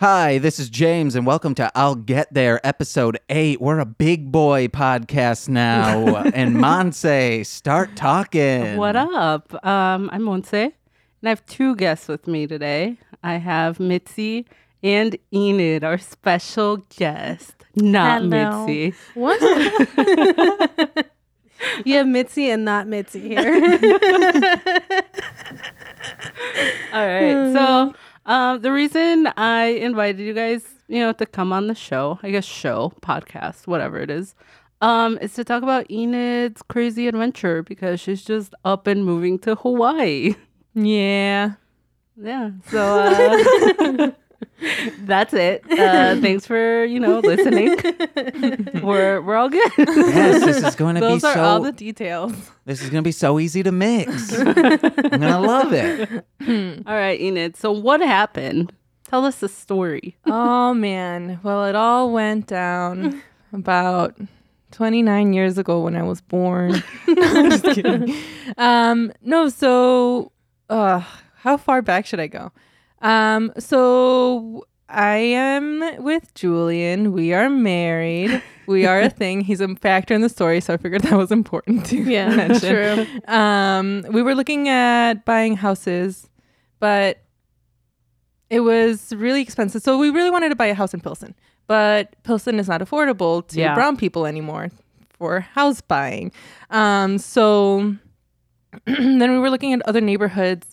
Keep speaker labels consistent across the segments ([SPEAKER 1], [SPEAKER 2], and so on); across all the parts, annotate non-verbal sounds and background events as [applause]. [SPEAKER 1] Hi, this is James, and welcome to I'll Get There, episode eight. We're a big boy podcast
[SPEAKER 2] [laughs]
[SPEAKER 1] now. and Monse, start talking.
[SPEAKER 3] What up? Um, I'm Monse, and I have two guests with me today. I have Mitzi and Enid, our special guest. Not
[SPEAKER 2] Hello.
[SPEAKER 3] Mitzi.
[SPEAKER 2] What?
[SPEAKER 3] [laughs]
[SPEAKER 2] you have Mitzi and not Mitzi here.
[SPEAKER 3] All right. So um, the reason I invited you guys, you know, to come on the show, I guess show, podcast, whatever it is, um, is to talk about Enid's crazy adventure because she's just up and moving to Hawaii. [laughs]
[SPEAKER 2] yeah.
[SPEAKER 3] Yeah. So uh, [laughs] that's it. Uh, thanks for you know listening. we're we're all good. [laughs]
[SPEAKER 1] Yes, this is going to be
[SPEAKER 2] Those are all
[SPEAKER 1] so.
[SPEAKER 2] the details. [laughs]
[SPEAKER 1] this is going to be so easy to mix. I'm going to love it.
[SPEAKER 3] all right, Enid. So what happened? Tell us the story.
[SPEAKER 4] oh man. Well, it all went
[SPEAKER 2] [laughs]
[SPEAKER 4] down about 29 years ago when I was
[SPEAKER 2] [laughs]
[SPEAKER 4] born. [laughs] I'm just kidding. Um, no, so uh, how far back should I go? Um, so I am with Julian. We are married. We
[SPEAKER 2] [laughs]
[SPEAKER 4] are a thing. He's a factor in the story, so I figured that was important to
[SPEAKER 3] [laughs]
[SPEAKER 2] Yeah,
[SPEAKER 4] [laughs] mention
[SPEAKER 2] true.
[SPEAKER 4] um, we were looking at buying houses, but it was really expensive. So we really wanted to buy a house in Pilsen, but Pilsen is not affordable to
[SPEAKER 3] Yeah.
[SPEAKER 4] brown people anymore for house buying. Um, so [clears throat] then we were looking at other neighborhoods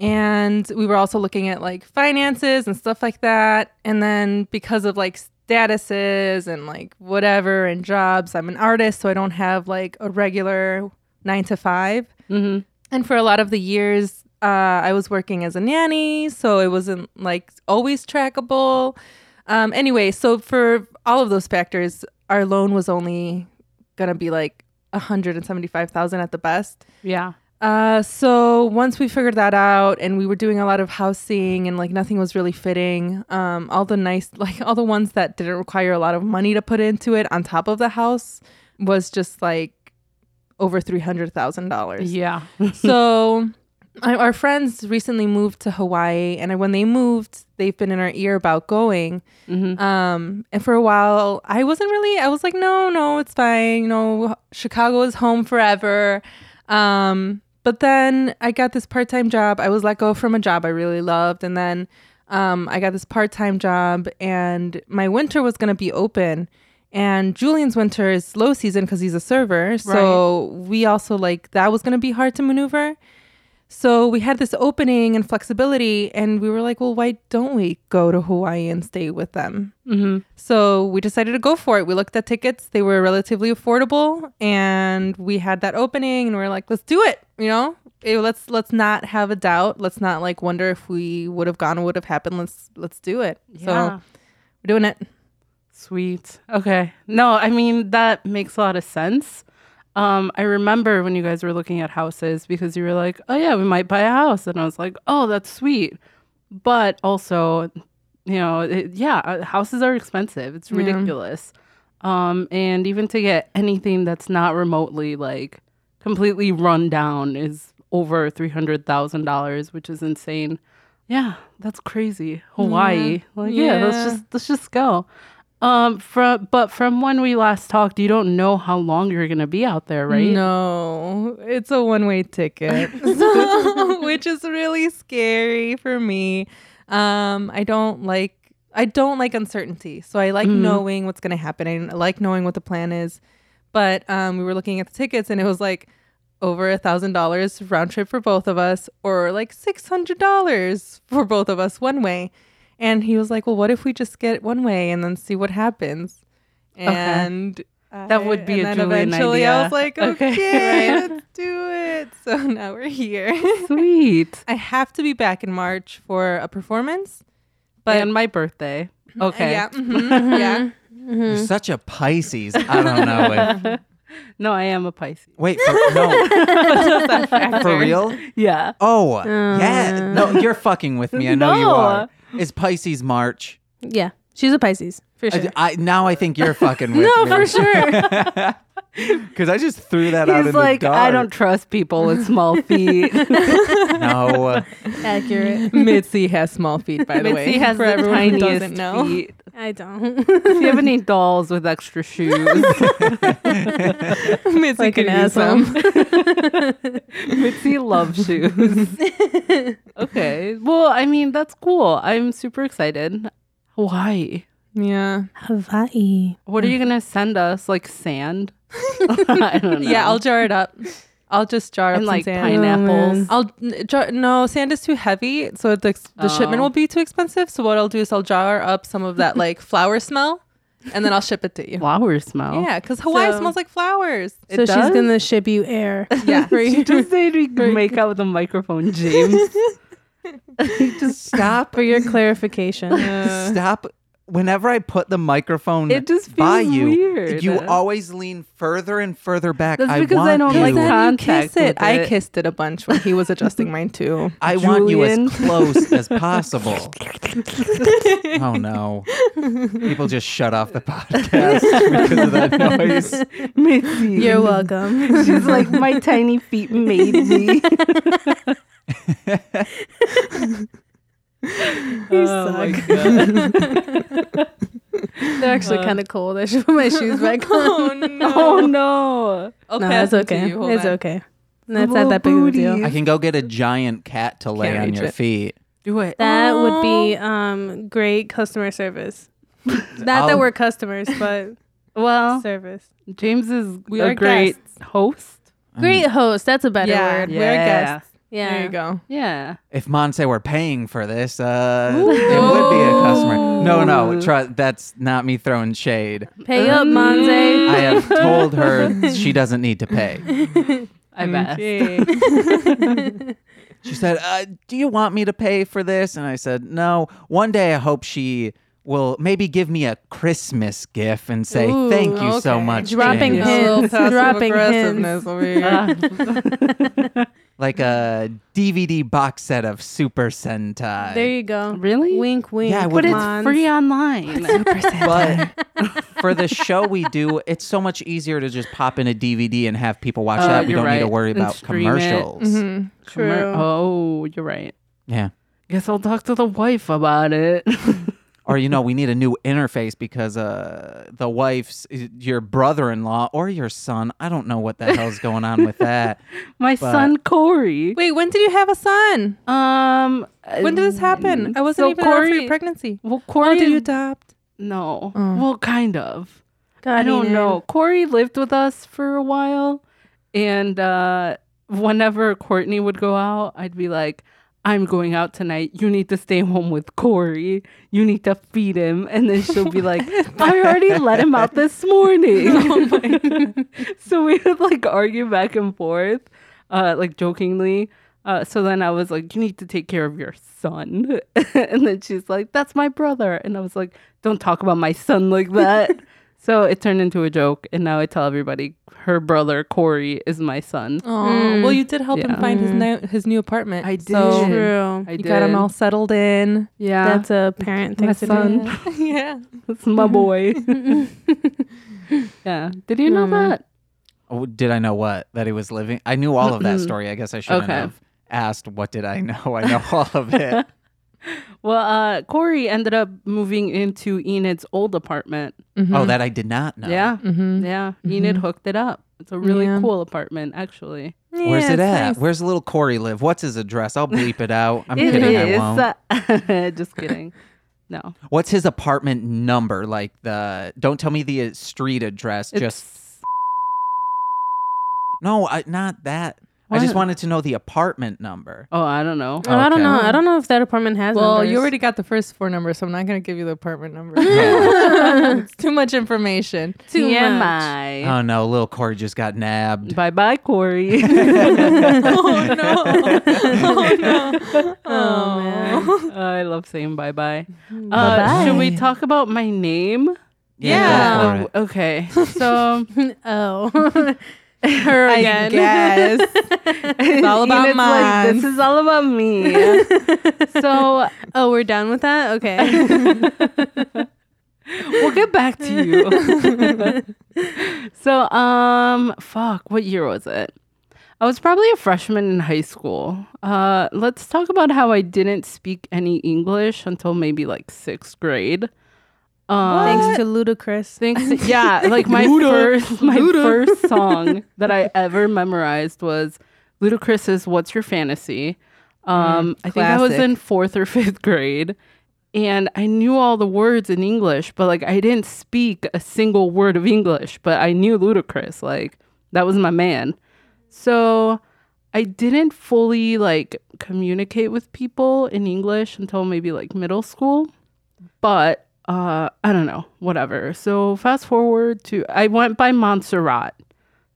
[SPEAKER 4] and we were also looking at like finances and stuff like that and then because of like statuses and like whatever and jobs i'm an artist so i don't have like a regular nine to five
[SPEAKER 3] Mm-hmm.
[SPEAKER 4] and for a lot of the years uh, i was working as a nanny so it wasn't like always trackable um, anyway so for all of those factors our loan was only gonna be like 175000 at the best
[SPEAKER 3] Yeah.
[SPEAKER 4] uh, so once we figured that out, and we were doing a lot of housing, and like nothing was really fitting. Um, all the nice, [laughs] like all the ones that didn't require a lot of money to put into it on top of the house was just like over three hundred thousand dollars
[SPEAKER 3] Yeah.
[SPEAKER 4] so I, our friends recently moved to Hawaii, and when they moved, they've been in our ear about going.
[SPEAKER 3] Mhm.
[SPEAKER 4] Um, and for a while, I wasn't really. I was like, no, no, it's fine. No, Chicago is home forever. Um, but then I got this part-time job. I was let go from a job I really loved, and then um, I got this part-time job, and my winter was going to be open. And Julian's winter is low season because he's a server, so we also like that was going to be hard to maneuver. So we had this opening and flexibility, and we were like, well, why don't we go to Hawaii and stay with them?
[SPEAKER 3] Mm-hmm.
[SPEAKER 4] So we decided to go for it. We looked at tickets, they were relatively affordable, and we had that opening, and we are like, let's do it, you know? Eh, let's let's not have a doubt. Let's not like wonder if we would have gone, would have happened. Let's let's do it. So
[SPEAKER 3] Yeah.
[SPEAKER 4] we're doing it.
[SPEAKER 3] Sweet. Okay. No, I mean that makes a lot of sense. Um, I remember when you guys were looking at houses because you were like, "Oh yeah, we might buy a house," and I was like, "Oh, that's sweet," but also, you know, it, yeah, uh, houses are expensive. It's ridiculous. Um, and even to get anything that's not remotely like completely run down is over three hundred thousand dollars, which is insane. Yeah, that's crazy. Hawaii. Like, yeah.
[SPEAKER 4] Yeah.
[SPEAKER 3] let's just let's just go. Um, from but from when we last talked, you don't know how long you're gonna be out there, right?
[SPEAKER 4] No, it's a one
[SPEAKER 3] [laughs]
[SPEAKER 4] way ticket, [laughs] So, which is really scary for me. Um, I don't like I don't like uncertainty, so I like
[SPEAKER 3] Mm-hmm.
[SPEAKER 4] knowing what's going to happen. and I like knowing what the plan is. But um, we were looking at the tickets, and it was like over a thousand dollars round trip for both of us, or like six hundred dollars for both of us one way. And he was like, "Well, what if we just get one way and then see what happens?" And
[SPEAKER 3] That would
[SPEAKER 4] I-
[SPEAKER 3] be
[SPEAKER 4] and
[SPEAKER 3] a Julian
[SPEAKER 4] then eventually
[SPEAKER 3] idea.
[SPEAKER 4] I was like,
[SPEAKER 3] Okay.
[SPEAKER 4] [laughs] okay,
[SPEAKER 3] Right.
[SPEAKER 4] let's do it. [laughs] So now we're here.
[SPEAKER 3] [laughs] Sweet.
[SPEAKER 4] [laughs] I have to be back in March for a performance. But- Mm-hmm.
[SPEAKER 3] and my birthday. Okay.
[SPEAKER 4] [laughs] Yeah, mhm, yeah.
[SPEAKER 1] You're
[SPEAKER 2] Mm-hmm.
[SPEAKER 1] such a Pisces. I don't know.
[SPEAKER 2] [laughs]
[SPEAKER 1] If,
[SPEAKER 3] No, I am a Pisces.
[SPEAKER 1] wait, for, no, for real?
[SPEAKER 3] Yeah.
[SPEAKER 1] Oh,
[SPEAKER 2] Uh.
[SPEAKER 1] yeah. No, you're fucking with me. I know you
[SPEAKER 3] No.
[SPEAKER 1] are. Is Pisces March?
[SPEAKER 2] Yeah. She's a Pisces.
[SPEAKER 4] for sure.
[SPEAKER 1] I, I- now I think
[SPEAKER 3] [laughs]
[SPEAKER 1] you're fucking with
[SPEAKER 2] no,
[SPEAKER 1] me.
[SPEAKER 2] for sure.
[SPEAKER 1] [laughs] Because I just threw that out in
[SPEAKER 3] He's like,
[SPEAKER 1] the dark.
[SPEAKER 3] I don't trust people
[SPEAKER 4] [laughs]
[SPEAKER 3] with small feet. [laughs]
[SPEAKER 1] know.
[SPEAKER 2] [laughs] Accurate.
[SPEAKER 4] Mitzi has small feet, by the
[SPEAKER 3] Mitzi
[SPEAKER 4] way.
[SPEAKER 3] has
[SPEAKER 4] for
[SPEAKER 3] the
[SPEAKER 4] everyone who
[SPEAKER 3] tiniest
[SPEAKER 4] doesn't know. [laughs]
[SPEAKER 3] feet.
[SPEAKER 2] [laughs] I don't.
[SPEAKER 3] If you [laughs] have any dolls with extra
[SPEAKER 4] [laughs]
[SPEAKER 3] shoes, [laughs]
[SPEAKER 4] Mitzi
[SPEAKER 2] Like
[SPEAKER 4] could
[SPEAKER 2] an
[SPEAKER 4] use
[SPEAKER 2] asshole.
[SPEAKER 4] some.
[SPEAKER 3] Mitzi loves
[SPEAKER 4] [laughs]
[SPEAKER 3] shoes. okay. Well, I mean, that's cool. I'm super excited. Hawaii.
[SPEAKER 4] [laughs] Yeah.
[SPEAKER 2] [laughs] Hawaii.
[SPEAKER 3] What are you going to send us? Like sand? [laughs] I don't know.
[SPEAKER 4] [laughs] Yeah, I'll jar it up. I'll just jar up
[SPEAKER 3] and
[SPEAKER 4] some
[SPEAKER 3] like
[SPEAKER 4] sand.
[SPEAKER 3] pineapples.
[SPEAKER 4] I'll n- jar, no sand is too heavy, so the the shipment
[SPEAKER 3] Oh.
[SPEAKER 4] will be too expensive. So what I'll do is I'll jar up some of [laughs] that like flower smell, and then I'll ship it to you.
[SPEAKER 3] Flower smell.
[SPEAKER 4] Yeah, because Hawaii
[SPEAKER 2] So-
[SPEAKER 4] smells like flowers.
[SPEAKER 2] So she's
[SPEAKER 3] does?
[SPEAKER 2] gonna ship you air.
[SPEAKER 4] Yeah,
[SPEAKER 3] She just made me make out with a microphone, James. just
[SPEAKER 1] Stop.
[SPEAKER 2] For your clarification.
[SPEAKER 1] [laughs]
[SPEAKER 3] [laughs]
[SPEAKER 1] Stop. Whenever I put the microphone
[SPEAKER 3] It just
[SPEAKER 1] by
[SPEAKER 3] feels
[SPEAKER 1] you,
[SPEAKER 3] weird.
[SPEAKER 1] you always lean further and further back.
[SPEAKER 3] That's
[SPEAKER 1] I
[SPEAKER 3] because I
[SPEAKER 1] want
[SPEAKER 3] don't
[SPEAKER 1] you.
[SPEAKER 3] like that.
[SPEAKER 4] then you
[SPEAKER 3] contact
[SPEAKER 4] kiss it.
[SPEAKER 3] with
[SPEAKER 4] I
[SPEAKER 3] it.
[SPEAKER 4] kissed it a bunch when he was adjusting mine [laughs] too.
[SPEAKER 1] I want you
[SPEAKER 3] Julian.
[SPEAKER 1] as close as
[SPEAKER 3] [laughs]
[SPEAKER 1] possible. oh no. People just shut off the podcast because of
[SPEAKER 3] [laughs]
[SPEAKER 1] that noise.
[SPEAKER 3] Mitzi. [laughs]
[SPEAKER 2] You're welcome.
[SPEAKER 3] She's like, my tiny feet made me.
[SPEAKER 2] You
[SPEAKER 3] my
[SPEAKER 2] suck.
[SPEAKER 3] God.
[SPEAKER 2] They're actually kind of cold. I should put my shoes [laughs] back on.
[SPEAKER 4] [laughs] Oh no!
[SPEAKER 3] [laughs] Oh no.
[SPEAKER 4] I'll
[SPEAKER 2] No,
[SPEAKER 4] pass
[SPEAKER 2] it's
[SPEAKER 4] it to
[SPEAKER 2] okay.
[SPEAKER 4] you. Hold
[SPEAKER 2] It's
[SPEAKER 4] on.
[SPEAKER 2] okay. That's
[SPEAKER 3] Little
[SPEAKER 2] not that big of a deal.
[SPEAKER 3] booty.
[SPEAKER 1] I can go get a giant cat to lay
[SPEAKER 4] Can't
[SPEAKER 1] on
[SPEAKER 4] reach
[SPEAKER 1] your
[SPEAKER 4] it. Oh.
[SPEAKER 1] feet.
[SPEAKER 3] Do it.
[SPEAKER 2] That would be um, great customer service. Not
[SPEAKER 1] I'll-
[SPEAKER 2] that we're customers, but
[SPEAKER 3] Well,
[SPEAKER 2] service.
[SPEAKER 3] James is
[SPEAKER 4] We
[SPEAKER 3] a
[SPEAKER 4] are
[SPEAKER 3] great host.
[SPEAKER 2] Great host. That's a better
[SPEAKER 4] Yeah,
[SPEAKER 2] word.
[SPEAKER 4] we're guests.
[SPEAKER 2] Yeah.
[SPEAKER 4] There you go.
[SPEAKER 3] Yeah.
[SPEAKER 1] If Monse were paying for this, uh, it would be a customer. No, no,
[SPEAKER 3] Ooh.
[SPEAKER 1] try, that's not me throwing shade.
[SPEAKER 2] Pay up, Monze.
[SPEAKER 1] I
[SPEAKER 2] [laughs]
[SPEAKER 1] have told her she doesn't need to pay.
[SPEAKER 3] I bet. [laughs]
[SPEAKER 1] She said, uh, Do you want me to pay for this? And I said, No. One day I hope she will maybe give me a Christmas gift and say,
[SPEAKER 2] Ooh,
[SPEAKER 1] Thank you so
[SPEAKER 4] okay.
[SPEAKER 1] much.
[SPEAKER 2] Dropping
[SPEAKER 1] James."
[SPEAKER 2] hints.
[SPEAKER 4] Little passive
[SPEAKER 2] Dropping
[SPEAKER 4] aggressiveness over here. [laughs]
[SPEAKER 3] Uh,
[SPEAKER 1] Like a DVD box set of Super Sentai.
[SPEAKER 2] There you go.
[SPEAKER 3] Really?
[SPEAKER 2] Wink, wink.
[SPEAKER 1] Yeah, I would
[SPEAKER 3] but it's
[SPEAKER 1] Mons.
[SPEAKER 3] free online. [laughs]
[SPEAKER 1] but for the show we do, it's so much easier to just pop in a DVD and have people watch
[SPEAKER 3] Uh,
[SPEAKER 1] that. We
[SPEAKER 3] you're
[SPEAKER 1] don't need to
[SPEAKER 3] right.
[SPEAKER 1] worry
[SPEAKER 3] And
[SPEAKER 1] about
[SPEAKER 3] stream it. Mm-hmm.
[SPEAKER 1] commercials.
[SPEAKER 4] Mhm.
[SPEAKER 2] True.
[SPEAKER 3] Oh, you're right.
[SPEAKER 1] Yeah.
[SPEAKER 3] Guess I'll talk to the wife about it. [laughs]
[SPEAKER 1] or you know we need a new interface because uh the wife's your brother-in-law or your son i don't know what the hell's going on with
[SPEAKER 3] [laughs]
[SPEAKER 1] that
[SPEAKER 3] My son Corey.
[SPEAKER 4] Wait, when did you have a son?
[SPEAKER 3] Um, mm,
[SPEAKER 4] When did this happen? I wasn't
[SPEAKER 3] so
[SPEAKER 4] even around for
[SPEAKER 3] Corey,
[SPEAKER 4] your pregnancy.
[SPEAKER 3] Well,
[SPEAKER 4] Or
[SPEAKER 3] Corey
[SPEAKER 4] Oh, did you adopt?
[SPEAKER 3] No.
[SPEAKER 4] Oh.
[SPEAKER 3] Well, kind of.
[SPEAKER 2] God,
[SPEAKER 3] I don't
[SPEAKER 2] Enid.
[SPEAKER 3] know. Corey lived with us for a while, and uh, whenever Courtney would go out, I'd be like, "I'm going out tonight. You need to stay home with Corey. You need to feed him." And then she'll
[SPEAKER 4] [laughs]
[SPEAKER 3] be like, "I already let him out this morning."
[SPEAKER 4] Oh
[SPEAKER 3] [laughs]
[SPEAKER 4] [laughs]
[SPEAKER 3] so we would like argue back and forth, uh, like jokingly. Uh, so then I was like, "You need to take care of your son," [laughs] and then she's like, "That's my brother," and I was like, "Don't talk about my son
[SPEAKER 4] [laughs]
[SPEAKER 3] like that." so it turned into a joke, and now I tell everybody her brother Corey is my son.
[SPEAKER 4] Oh, well, you did help
[SPEAKER 3] Yeah.
[SPEAKER 4] him find his new his new apartment.
[SPEAKER 3] I
[SPEAKER 4] So
[SPEAKER 3] did.
[SPEAKER 2] True.
[SPEAKER 3] I
[SPEAKER 4] you got him
[SPEAKER 3] did.
[SPEAKER 4] all settled in.
[SPEAKER 3] Yeah, that's,
[SPEAKER 2] That's a parent thing
[SPEAKER 3] My
[SPEAKER 2] to
[SPEAKER 3] son. [laughs]
[SPEAKER 2] [laughs] do.
[SPEAKER 4] yeah.
[SPEAKER 3] my
[SPEAKER 4] [laughs]
[SPEAKER 3] boy. yeah, did you know that?
[SPEAKER 1] oh, did i know what that he was living i knew all of that story i guess i shouldn't
[SPEAKER 3] Okay. Mm-hmm.
[SPEAKER 1] have asked what did i know i know all of
[SPEAKER 3] [laughs]
[SPEAKER 1] it
[SPEAKER 3] Well, uh, Corey ended up moving into Enid's old apartment.
[SPEAKER 1] oh that i did not know
[SPEAKER 3] Yeah,
[SPEAKER 4] Mm-hmm.
[SPEAKER 3] yeah. Enid hooked it up. It's a really
[SPEAKER 4] Yeah.
[SPEAKER 3] cool apartment, actually.
[SPEAKER 4] Mm-hmm.
[SPEAKER 1] where's it at
[SPEAKER 4] Nice.
[SPEAKER 1] where's little corey live what's his address i'll bleep it out i'm
[SPEAKER 3] It
[SPEAKER 1] kidding
[SPEAKER 3] is.
[SPEAKER 1] i won't
[SPEAKER 3] [laughs]
[SPEAKER 1] [laughs]
[SPEAKER 3] Just kidding. No.
[SPEAKER 1] what's his apartment number like the don't tell me the uh, street address just
[SPEAKER 3] It's-
[SPEAKER 1] no I, not that i just
[SPEAKER 3] What?
[SPEAKER 1] wanted to know the apartment number
[SPEAKER 3] Oh, I don't know.
[SPEAKER 2] Oh, I don't
[SPEAKER 1] Okay.
[SPEAKER 2] know. I don't know if that apartment has.
[SPEAKER 4] Well,
[SPEAKER 2] numbers.
[SPEAKER 4] you already got the first four numbers, so I'm not going to give you the apartment [laughs] number.
[SPEAKER 1] Yeah.
[SPEAKER 4] it's too much information.
[SPEAKER 2] too much.
[SPEAKER 1] Oh no, little Corey just got nabbed.
[SPEAKER 3] Bye
[SPEAKER 1] [laughs]
[SPEAKER 3] bye, Corey. [laughs]
[SPEAKER 4] [laughs] oh no! Oh no!
[SPEAKER 2] Oh, man.
[SPEAKER 3] I love saying bye bye. Uh,
[SPEAKER 4] Mm-hmm.
[SPEAKER 1] Bye-bye.
[SPEAKER 3] should we talk about my name?
[SPEAKER 1] Yeah. go for it. [laughs]
[SPEAKER 3] Oh, okay.
[SPEAKER 4] [laughs]
[SPEAKER 3] So
[SPEAKER 2] [laughs] oh, her
[SPEAKER 4] [laughs] I [laughs]
[SPEAKER 2] again. [laughs]
[SPEAKER 4] guess it's all about
[SPEAKER 3] Enid's like,
[SPEAKER 4] mine.
[SPEAKER 3] this is all about me. so
[SPEAKER 4] [laughs]
[SPEAKER 3] [laughs]
[SPEAKER 2] Oh, we're done with that. Okay.
[SPEAKER 3] we'll get back to you. [laughs] so, um, fuck, what year was it? I was probably a freshman in high school. Uh, let's talk about how I didn't speak any English until maybe like sixth grade. Um,
[SPEAKER 2] Thanks to Ludacris.
[SPEAKER 3] Thanks. to- yeah, like my first my first song that I ever memorized was Ludacris's "What's Your Fantasy." Um, I think I was
[SPEAKER 4] classic.
[SPEAKER 3] in fourth or [laughs] fifth grade, and I knew all the words in English, but like I didn't speak a single word of English. But I knew Ludacris. Like that was my man. So I didn't fully like communicate with people in English until maybe like middle school but uh, I don't know, whatever. So fast forward to I went by Montserrat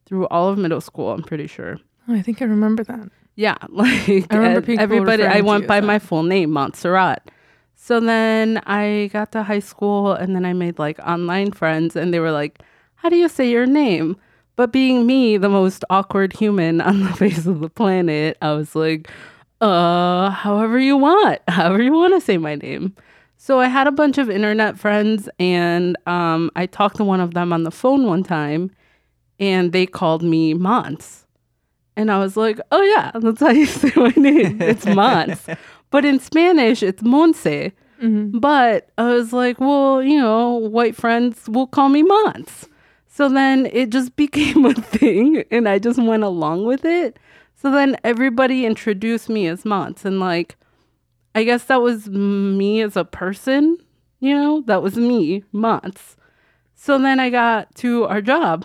[SPEAKER 3] through all of middle school. I'm pretty sure.
[SPEAKER 4] Oh, I think I remember that.
[SPEAKER 3] Yeah, [laughs] like
[SPEAKER 4] I remember
[SPEAKER 3] and
[SPEAKER 4] people
[SPEAKER 3] everybody.
[SPEAKER 4] referring
[SPEAKER 3] I
[SPEAKER 4] to you
[SPEAKER 3] went
[SPEAKER 4] as
[SPEAKER 3] by
[SPEAKER 4] that.
[SPEAKER 3] my full name, Montserrat. So then I got to high school, and then I made like online friends, and they were like, "How do you say your name?" But being me, the most awkward human [laughs] on the face of the planet, I was like, "Uh, however you want, [laughs] however you want to say my name." So I had a bunch of internet friends, and um, I talked to one of them on the phone one time, and they called me Mons. And I was like, oh, yeah, that's how you say my name. It's Mons. but in Spanish, it's Monse. But I was like, well, you know, white friends will call me Mons. So then it just [laughs] became a thing, and I just went along with it. So then everybody introduced me as Mons. And like, I guess that was me as a person, you know, that was me, Mons. So then I got to our job.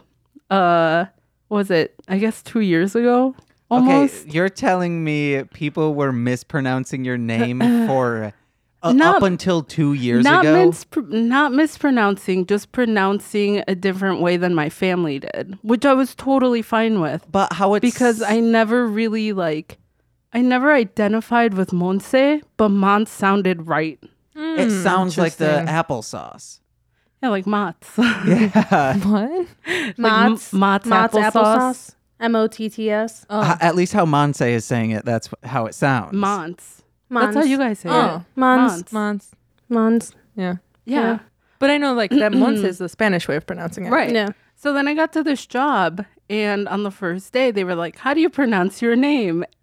[SPEAKER 3] Uh, was it? I guess two years ago, almost.
[SPEAKER 1] Okay, you're telling me people were mispronouncing your
[SPEAKER 3] [sighs]
[SPEAKER 1] name for uh,
[SPEAKER 3] Not-
[SPEAKER 1] up until two years
[SPEAKER 3] not
[SPEAKER 1] ago.
[SPEAKER 3] mispr- not mispronouncing, just pronouncing a different way than my family did, which I was totally fine with
[SPEAKER 1] but how it's
[SPEAKER 3] because I never really like, I never identified with Monse, but Mons sounded right.
[SPEAKER 1] Hmm, it sounds like the
[SPEAKER 3] [laughs]
[SPEAKER 1] applesauce.
[SPEAKER 3] Yeah, like [laughs] Mott's.
[SPEAKER 1] Yeah,
[SPEAKER 4] What?
[SPEAKER 3] like
[SPEAKER 2] Mott's,
[SPEAKER 3] m- Mott's applesauce.
[SPEAKER 2] M O T T S.
[SPEAKER 1] H- at least how Monse is saying it. That's wh- how it sounds.
[SPEAKER 3] Mons. That's how you guys say
[SPEAKER 4] Oh.
[SPEAKER 3] it.
[SPEAKER 2] Mons.
[SPEAKER 4] Mons.
[SPEAKER 2] Mons.
[SPEAKER 4] Yeah.
[SPEAKER 3] yeah.
[SPEAKER 4] But I know like that Mons is the Spanish way of pronouncing it.
[SPEAKER 3] Right.
[SPEAKER 2] Yeah.
[SPEAKER 3] So then I got to this job, and on the first day, they were like, How do you pronounce your name? [laughs]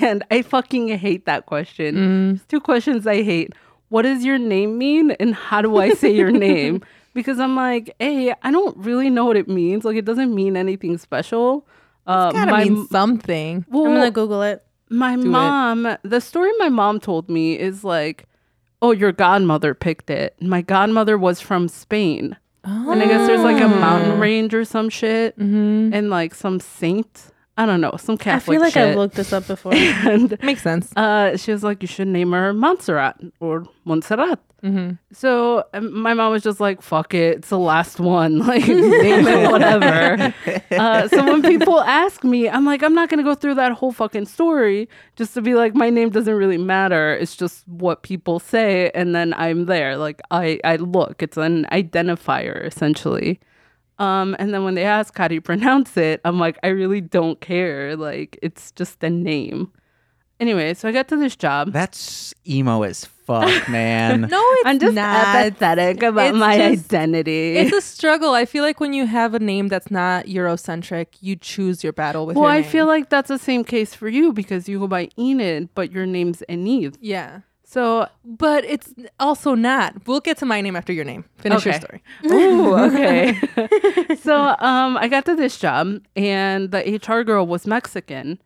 [SPEAKER 3] And I fucking hate that question.
[SPEAKER 4] Mm.
[SPEAKER 3] It's Two questions I hate What does your name mean? And how do I say your
[SPEAKER 4] [laughs]
[SPEAKER 3] name? Because I'm like, Hey, I don't really know what it means. Like, it doesn't mean anything special. Uh,
[SPEAKER 4] Gotta
[SPEAKER 3] my
[SPEAKER 4] mean something.
[SPEAKER 3] well,
[SPEAKER 2] I'm gonna Google it.
[SPEAKER 3] my
[SPEAKER 4] it.
[SPEAKER 3] mom, the story my mom told me is like, Oh, your godmother picked it. My godmother was from Spain. And I guess there's like a
[SPEAKER 2] Ah.
[SPEAKER 3] mountain range or some shit, and like some saint. I don't know, some
[SPEAKER 2] [gasps] Mm-hmm. I
[SPEAKER 3] Catholic.
[SPEAKER 2] feel like
[SPEAKER 3] shit.
[SPEAKER 2] I've looked this up before.
[SPEAKER 3] [laughs] And
[SPEAKER 4] Makes sense.
[SPEAKER 3] uh, she was like, "You should name her Montserrat or Montserrat." So um, my mom was just like, "Fuck it, it's the last one. [laughs] Like, name it whatever." Uh, so when people ask me, I'm like, "I'm not gonna go through that whole fucking story just to be like, my name doesn't really matter. It's just what people say, and then I'm there. Like, I I look. It's an identifier essentially." Um, and then when they ask how do you pronounce it, I'm like, I really don't care. Like, it's just a name. Anyway, so I got to this job.
[SPEAKER 1] That's emo as fuck, man.
[SPEAKER 4] No,
[SPEAKER 3] [laughs]
[SPEAKER 4] it's
[SPEAKER 3] I'm just
[SPEAKER 4] not.
[SPEAKER 3] apathetic about
[SPEAKER 4] It's
[SPEAKER 3] my
[SPEAKER 4] just-
[SPEAKER 3] identity. [laughs]
[SPEAKER 4] It's a struggle. I feel like when you have a name that's not Eurocentric, you choose your battle with
[SPEAKER 3] well,
[SPEAKER 4] your
[SPEAKER 3] I
[SPEAKER 4] name.
[SPEAKER 3] feel like that's the same case for you because you go by Enid, but your name's Enid.
[SPEAKER 4] Yeah.
[SPEAKER 3] [laughs] So,
[SPEAKER 4] But it's also not. We'll get to my name after your name. Finish your
[SPEAKER 3] Okay.
[SPEAKER 4] story.
[SPEAKER 3] ooh, okay. [laughs] so, um, I got to this job, and the HR girl was Mexican.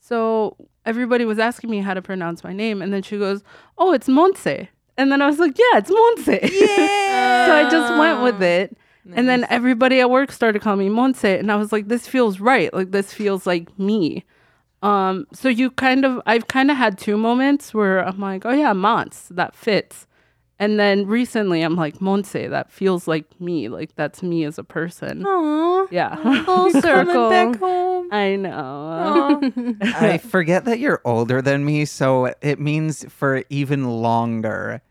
[SPEAKER 3] So everybody was asking me how to pronounce my name, and then she goes, "Oh, it's Monse," and then I was like, "Yeah, it's Monse."
[SPEAKER 4] [laughs]
[SPEAKER 3] so I just went with it. And then everybody at work started calling me Monse, and I was like, "This feels right. Like this feels like me." Um, so you kind of, I've kind of had two moments where I'm like, "Oh yeah, Mons, that fits," and then recently I'm like, "Monse, that feels like me. Like that's me as a person."
[SPEAKER 2] Aww.
[SPEAKER 3] Yeah, [laughs]
[SPEAKER 2] Full circle.
[SPEAKER 4] home.
[SPEAKER 3] I know. [laughs]
[SPEAKER 4] Oh.
[SPEAKER 1] I forget that you're older than me, so it means for even longer.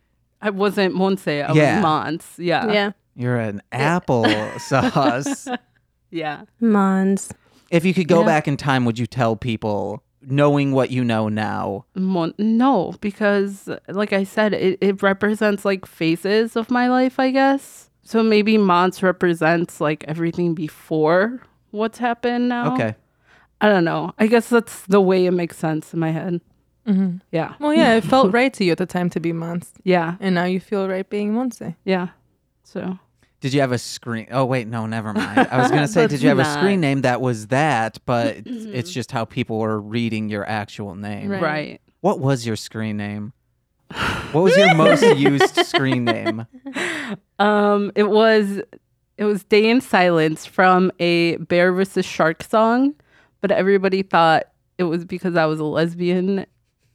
[SPEAKER 3] I wasn't Monse. I
[SPEAKER 1] Yeah.
[SPEAKER 3] was Mons. Yeah,
[SPEAKER 2] Yeah.
[SPEAKER 1] You're an applesauce.
[SPEAKER 3] yeah.
[SPEAKER 2] Mons.
[SPEAKER 1] If you could go back in time, would you tell people, knowing what you know now?
[SPEAKER 3] Mon- no, because like I said, it, it represents like phases of my life, I guess. So maybe Monts represents like everything before what's happened now.
[SPEAKER 1] Okay.
[SPEAKER 3] I don't know. I guess that's the way it makes sense in my head.
[SPEAKER 4] Mm-hmm.
[SPEAKER 3] Yeah.
[SPEAKER 4] Well, yeah, it felt right to you at the time to be Mons,
[SPEAKER 3] Yeah.
[SPEAKER 4] and now you feel right being Monse.
[SPEAKER 3] Yeah. So
[SPEAKER 1] Did you have a screen? Oh wait, no, never mind. I was gonna say, did
[SPEAKER 3] That's
[SPEAKER 1] you have a
[SPEAKER 3] not-
[SPEAKER 1] screen name that was that? But it's, it's just how people were reading your actual name.
[SPEAKER 4] Right.
[SPEAKER 3] right.
[SPEAKER 1] What was your screen name? What was your most used screen name?
[SPEAKER 3] Um it was it was Day in Silence from a Bear versus Shark song, but everybody thought it was because I was a lesbian.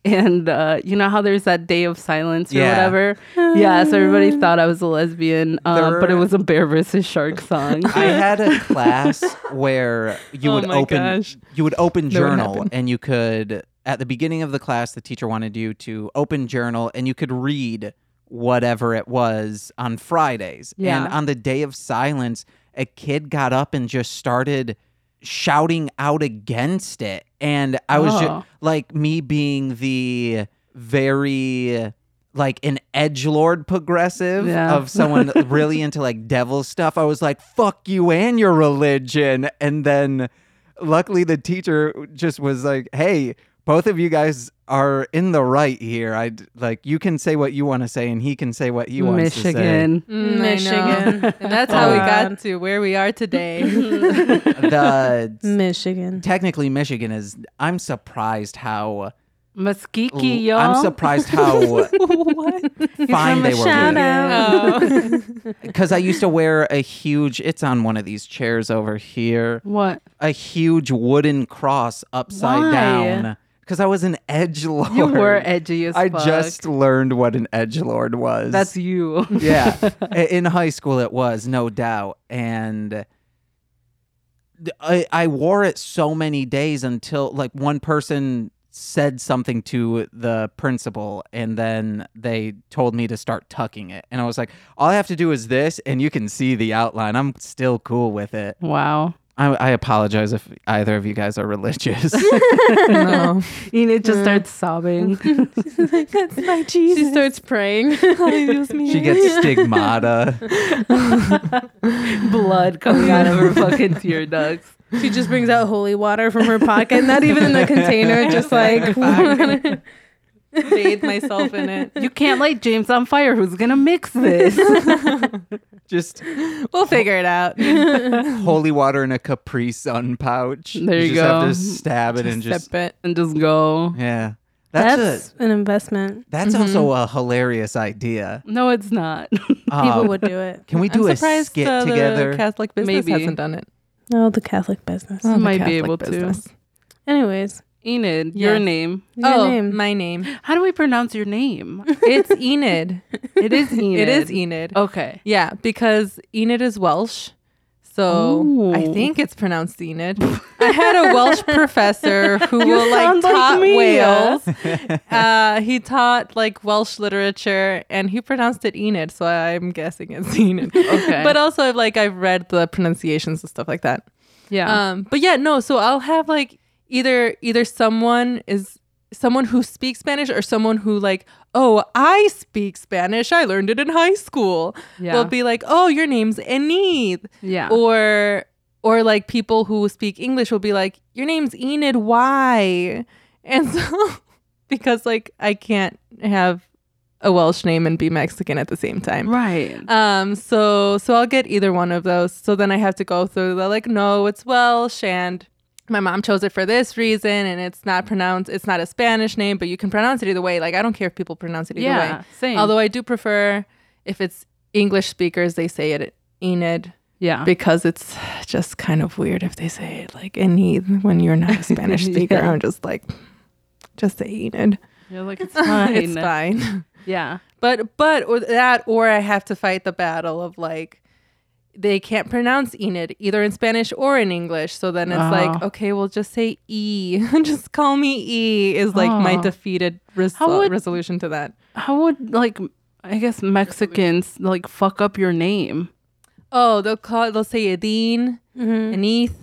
[SPEAKER 3] And uh, you know how there's that day of silence or
[SPEAKER 1] Yeah.
[SPEAKER 3] whatever? Yeah, so everybody thought I was a lesbian, uh, but it
[SPEAKER 1] There-
[SPEAKER 3] was a bear
[SPEAKER 1] [laughs]
[SPEAKER 3] versus shark song.
[SPEAKER 4] [laughs]
[SPEAKER 1] I had a class where you
[SPEAKER 4] Oh
[SPEAKER 1] would
[SPEAKER 4] my
[SPEAKER 1] open
[SPEAKER 4] gosh.
[SPEAKER 1] you would open
[SPEAKER 4] That would
[SPEAKER 1] journal
[SPEAKER 4] happen.
[SPEAKER 1] and you could at the beginning of the class the teacher wanted you to open journal and you could read whatever it was on Fridays.
[SPEAKER 3] Yeah.
[SPEAKER 1] And on the day of silence, a kid got up and just started shouting out against it and I was ju-
[SPEAKER 3] Oh.
[SPEAKER 1] like me being the very like an edge lord progressive
[SPEAKER 3] Yeah.
[SPEAKER 1] of someone
[SPEAKER 3] [laughs]
[SPEAKER 1] really into like devil stuff. I was like, "Fuck you and your religion," and then luckily the teacher just was like, "Hey, both of you guys are in the right here. I like you can say what you want to say, and he can say what he wants
[SPEAKER 3] Michigan.
[SPEAKER 4] Mm, I know.
[SPEAKER 2] [laughs] Michigan.
[SPEAKER 4] and that's how we
[SPEAKER 2] God.
[SPEAKER 4] got to where we are today. [laughs]
[SPEAKER 1] to say."
[SPEAKER 3] [laughs]
[SPEAKER 1] The
[SPEAKER 2] Michigan.
[SPEAKER 1] technically Michigan is. I'm surprised how.
[SPEAKER 3] Muskegee, y'all.
[SPEAKER 1] I'm
[SPEAKER 3] [laughs]
[SPEAKER 1] surprised how
[SPEAKER 4] what?
[SPEAKER 1] fine they were.
[SPEAKER 2] Shout
[SPEAKER 1] with it.
[SPEAKER 2] out. [laughs]
[SPEAKER 1] because I used to wear a huge. It's on one of these chairs over here.
[SPEAKER 3] What?
[SPEAKER 1] A huge wooden cross upside
[SPEAKER 3] Why?
[SPEAKER 1] down. Because I was an edge lord.
[SPEAKER 3] You were edgy as
[SPEAKER 1] I
[SPEAKER 3] fuck.
[SPEAKER 1] just learned what an edge lord was.
[SPEAKER 3] That's you.
[SPEAKER 1] [laughs]
[SPEAKER 3] [laughs]
[SPEAKER 1] yeah. I- In high school, it was no doubt, and I I wore it so many days until like one person said something to the principal and then they told me to start tucking it and i was like all i have to do is this and you can see the outline i'm still cool with it [laughs]
[SPEAKER 3] Wow. [laughs]
[SPEAKER 1] i, I apologize if either of you guys are religious
[SPEAKER 4] no.
[SPEAKER 3] Enid just
[SPEAKER 1] [laughs]
[SPEAKER 3] starts sobbing.
[SPEAKER 4] that's my
[SPEAKER 2] She
[SPEAKER 4] Jesus.
[SPEAKER 2] starts [laughs] praying.
[SPEAKER 1] she gets stigmata
[SPEAKER 4] [laughs] Oh,
[SPEAKER 3] Blood coming out of her fucking tear ducts.
[SPEAKER 2] [laughs] she just brings out holy water from her pocket, not even in the container, just like [laughs]
[SPEAKER 4] bathe myself in it.
[SPEAKER 3] You can't light James on fire. Who's going to mix
[SPEAKER 4] [laughs]
[SPEAKER 3] this?
[SPEAKER 1] just
[SPEAKER 4] We'll figure it out. [laughs]
[SPEAKER 1] holy water in a capri sun pouch
[SPEAKER 3] There you
[SPEAKER 1] just have to
[SPEAKER 3] go.
[SPEAKER 1] stab it and just
[SPEAKER 4] Step it.
[SPEAKER 3] and just go.
[SPEAKER 1] Yeah. That's
[SPEAKER 2] that's
[SPEAKER 1] a,
[SPEAKER 2] an investment.
[SPEAKER 1] that's also a hilarious
[SPEAKER 3] [laughs]
[SPEAKER 1] idea.
[SPEAKER 3] No, it's not.
[SPEAKER 1] Um,
[SPEAKER 2] People would do it.
[SPEAKER 1] can we
[SPEAKER 4] I'm
[SPEAKER 1] do a
[SPEAKER 4] surprised
[SPEAKER 1] skit
[SPEAKER 4] the,
[SPEAKER 1] together?
[SPEAKER 4] The Catholic business
[SPEAKER 3] Maybe.
[SPEAKER 4] hasn't done it.
[SPEAKER 2] No, the Catholic business.
[SPEAKER 3] the might be Catholic able to.
[SPEAKER 4] to.
[SPEAKER 2] Anyways,
[SPEAKER 3] Enid, your
[SPEAKER 4] Yes.
[SPEAKER 3] name.
[SPEAKER 2] your
[SPEAKER 4] oh,
[SPEAKER 2] name.
[SPEAKER 4] my
[SPEAKER 3] [laughs]
[SPEAKER 4] name.
[SPEAKER 3] How do we pronounce your name?
[SPEAKER 4] It's Enid.
[SPEAKER 3] It
[SPEAKER 4] [laughs]
[SPEAKER 3] is Enid.
[SPEAKER 4] It is Enid.
[SPEAKER 3] Okay.
[SPEAKER 4] Yeah, because Enid is Welsh. So
[SPEAKER 3] Ooh.
[SPEAKER 4] I think it's pronounced
[SPEAKER 3] [laughs]
[SPEAKER 4] Enid. I had a Welsh professor who
[SPEAKER 3] You
[SPEAKER 4] will
[SPEAKER 3] sound
[SPEAKER 4] like
[SPEAKER 3] like
[SPEAKER 4] taught
[SPEAKER 3] me.
[SPEAKER 4] Wales.
[SPEAKER 3] [laughs]
[SPEAKER 4] uh, he taught like Welsh literature and he pronounced it Enid, so I'm guessing it's [laughs] Enid.
[SPEAKER 3] Okay.
[SPEAKER 4] But also like I've read the pronunciations and stuff like that.
[SPEAKER 3] Yeah.
[SPEAKER 4] Um, but yeah, no. So I'll have like either either someone is someone who speaks Spanish or someone who like, oh, I speak Spanish. I learned it in high school.
[SPEAKER 3] Yeah.
[SPEAKER 4] They'll be oh, like, oh, your name's Enid,
[SPEAKER 3] yeah.
[SPEAKER 4] or or like people who speak English will be like, your name's Enid. Why? And so [laughs] because like I can't have a Welsh name and be Mexican at the same time.
[SPEAKER 3] right.
[SPEAKER 4] Um, so so I'll get either one of those. So then I have to go through the like, no, it's Welsh and my mom chose it for this reason and it's not pronounced it's not a Spanish name, but you can pronounce it either way. Like I don't care if people pronounce it either
[SPEAKER 3] yeah.
[SPEAKER 4] way.
[SPEAKER 3] Same.
[SPEAKER 4] Although I do prefer if it's English speakers, they say it Enid
[SPEAKER 3] yeah.
[SPEAKER 4] because it's just kind of weird if they say it like Enid when you're [laughs] not a Spanish speaker.
[SPEAKER 3] Yeah.
[SPEAKER 4] I'm just like just say [laughs] Enid.
[SPEAKER 3] You're like it's fine.
[SPEAKER 4] It's fine.
[SPEAKER 3] Yeah.
[SPEAKER 4] [laughs] But but or that or I have to fight the battle of like they can't pronounce Enid either in Spanish or in English. So then it's like,
[SPEAKER 3] Oh.
[SPEAKER 4] okay, well just say E. [laughs] just call me E is like my
[SPEAKER 3] Oh.
[SPEAKER 4] defeated res-
[SPEAKER 3] How would-
[SPEAKER 4] resolution to that.
[SPEAKER 3] How would like I guess Mexicans like fuck up your name?
[SPEAKER 4] Oh, they'll call they'll say Edine,
[SPEAKER 2] Mhm.
[SPEAKER 4] Anith,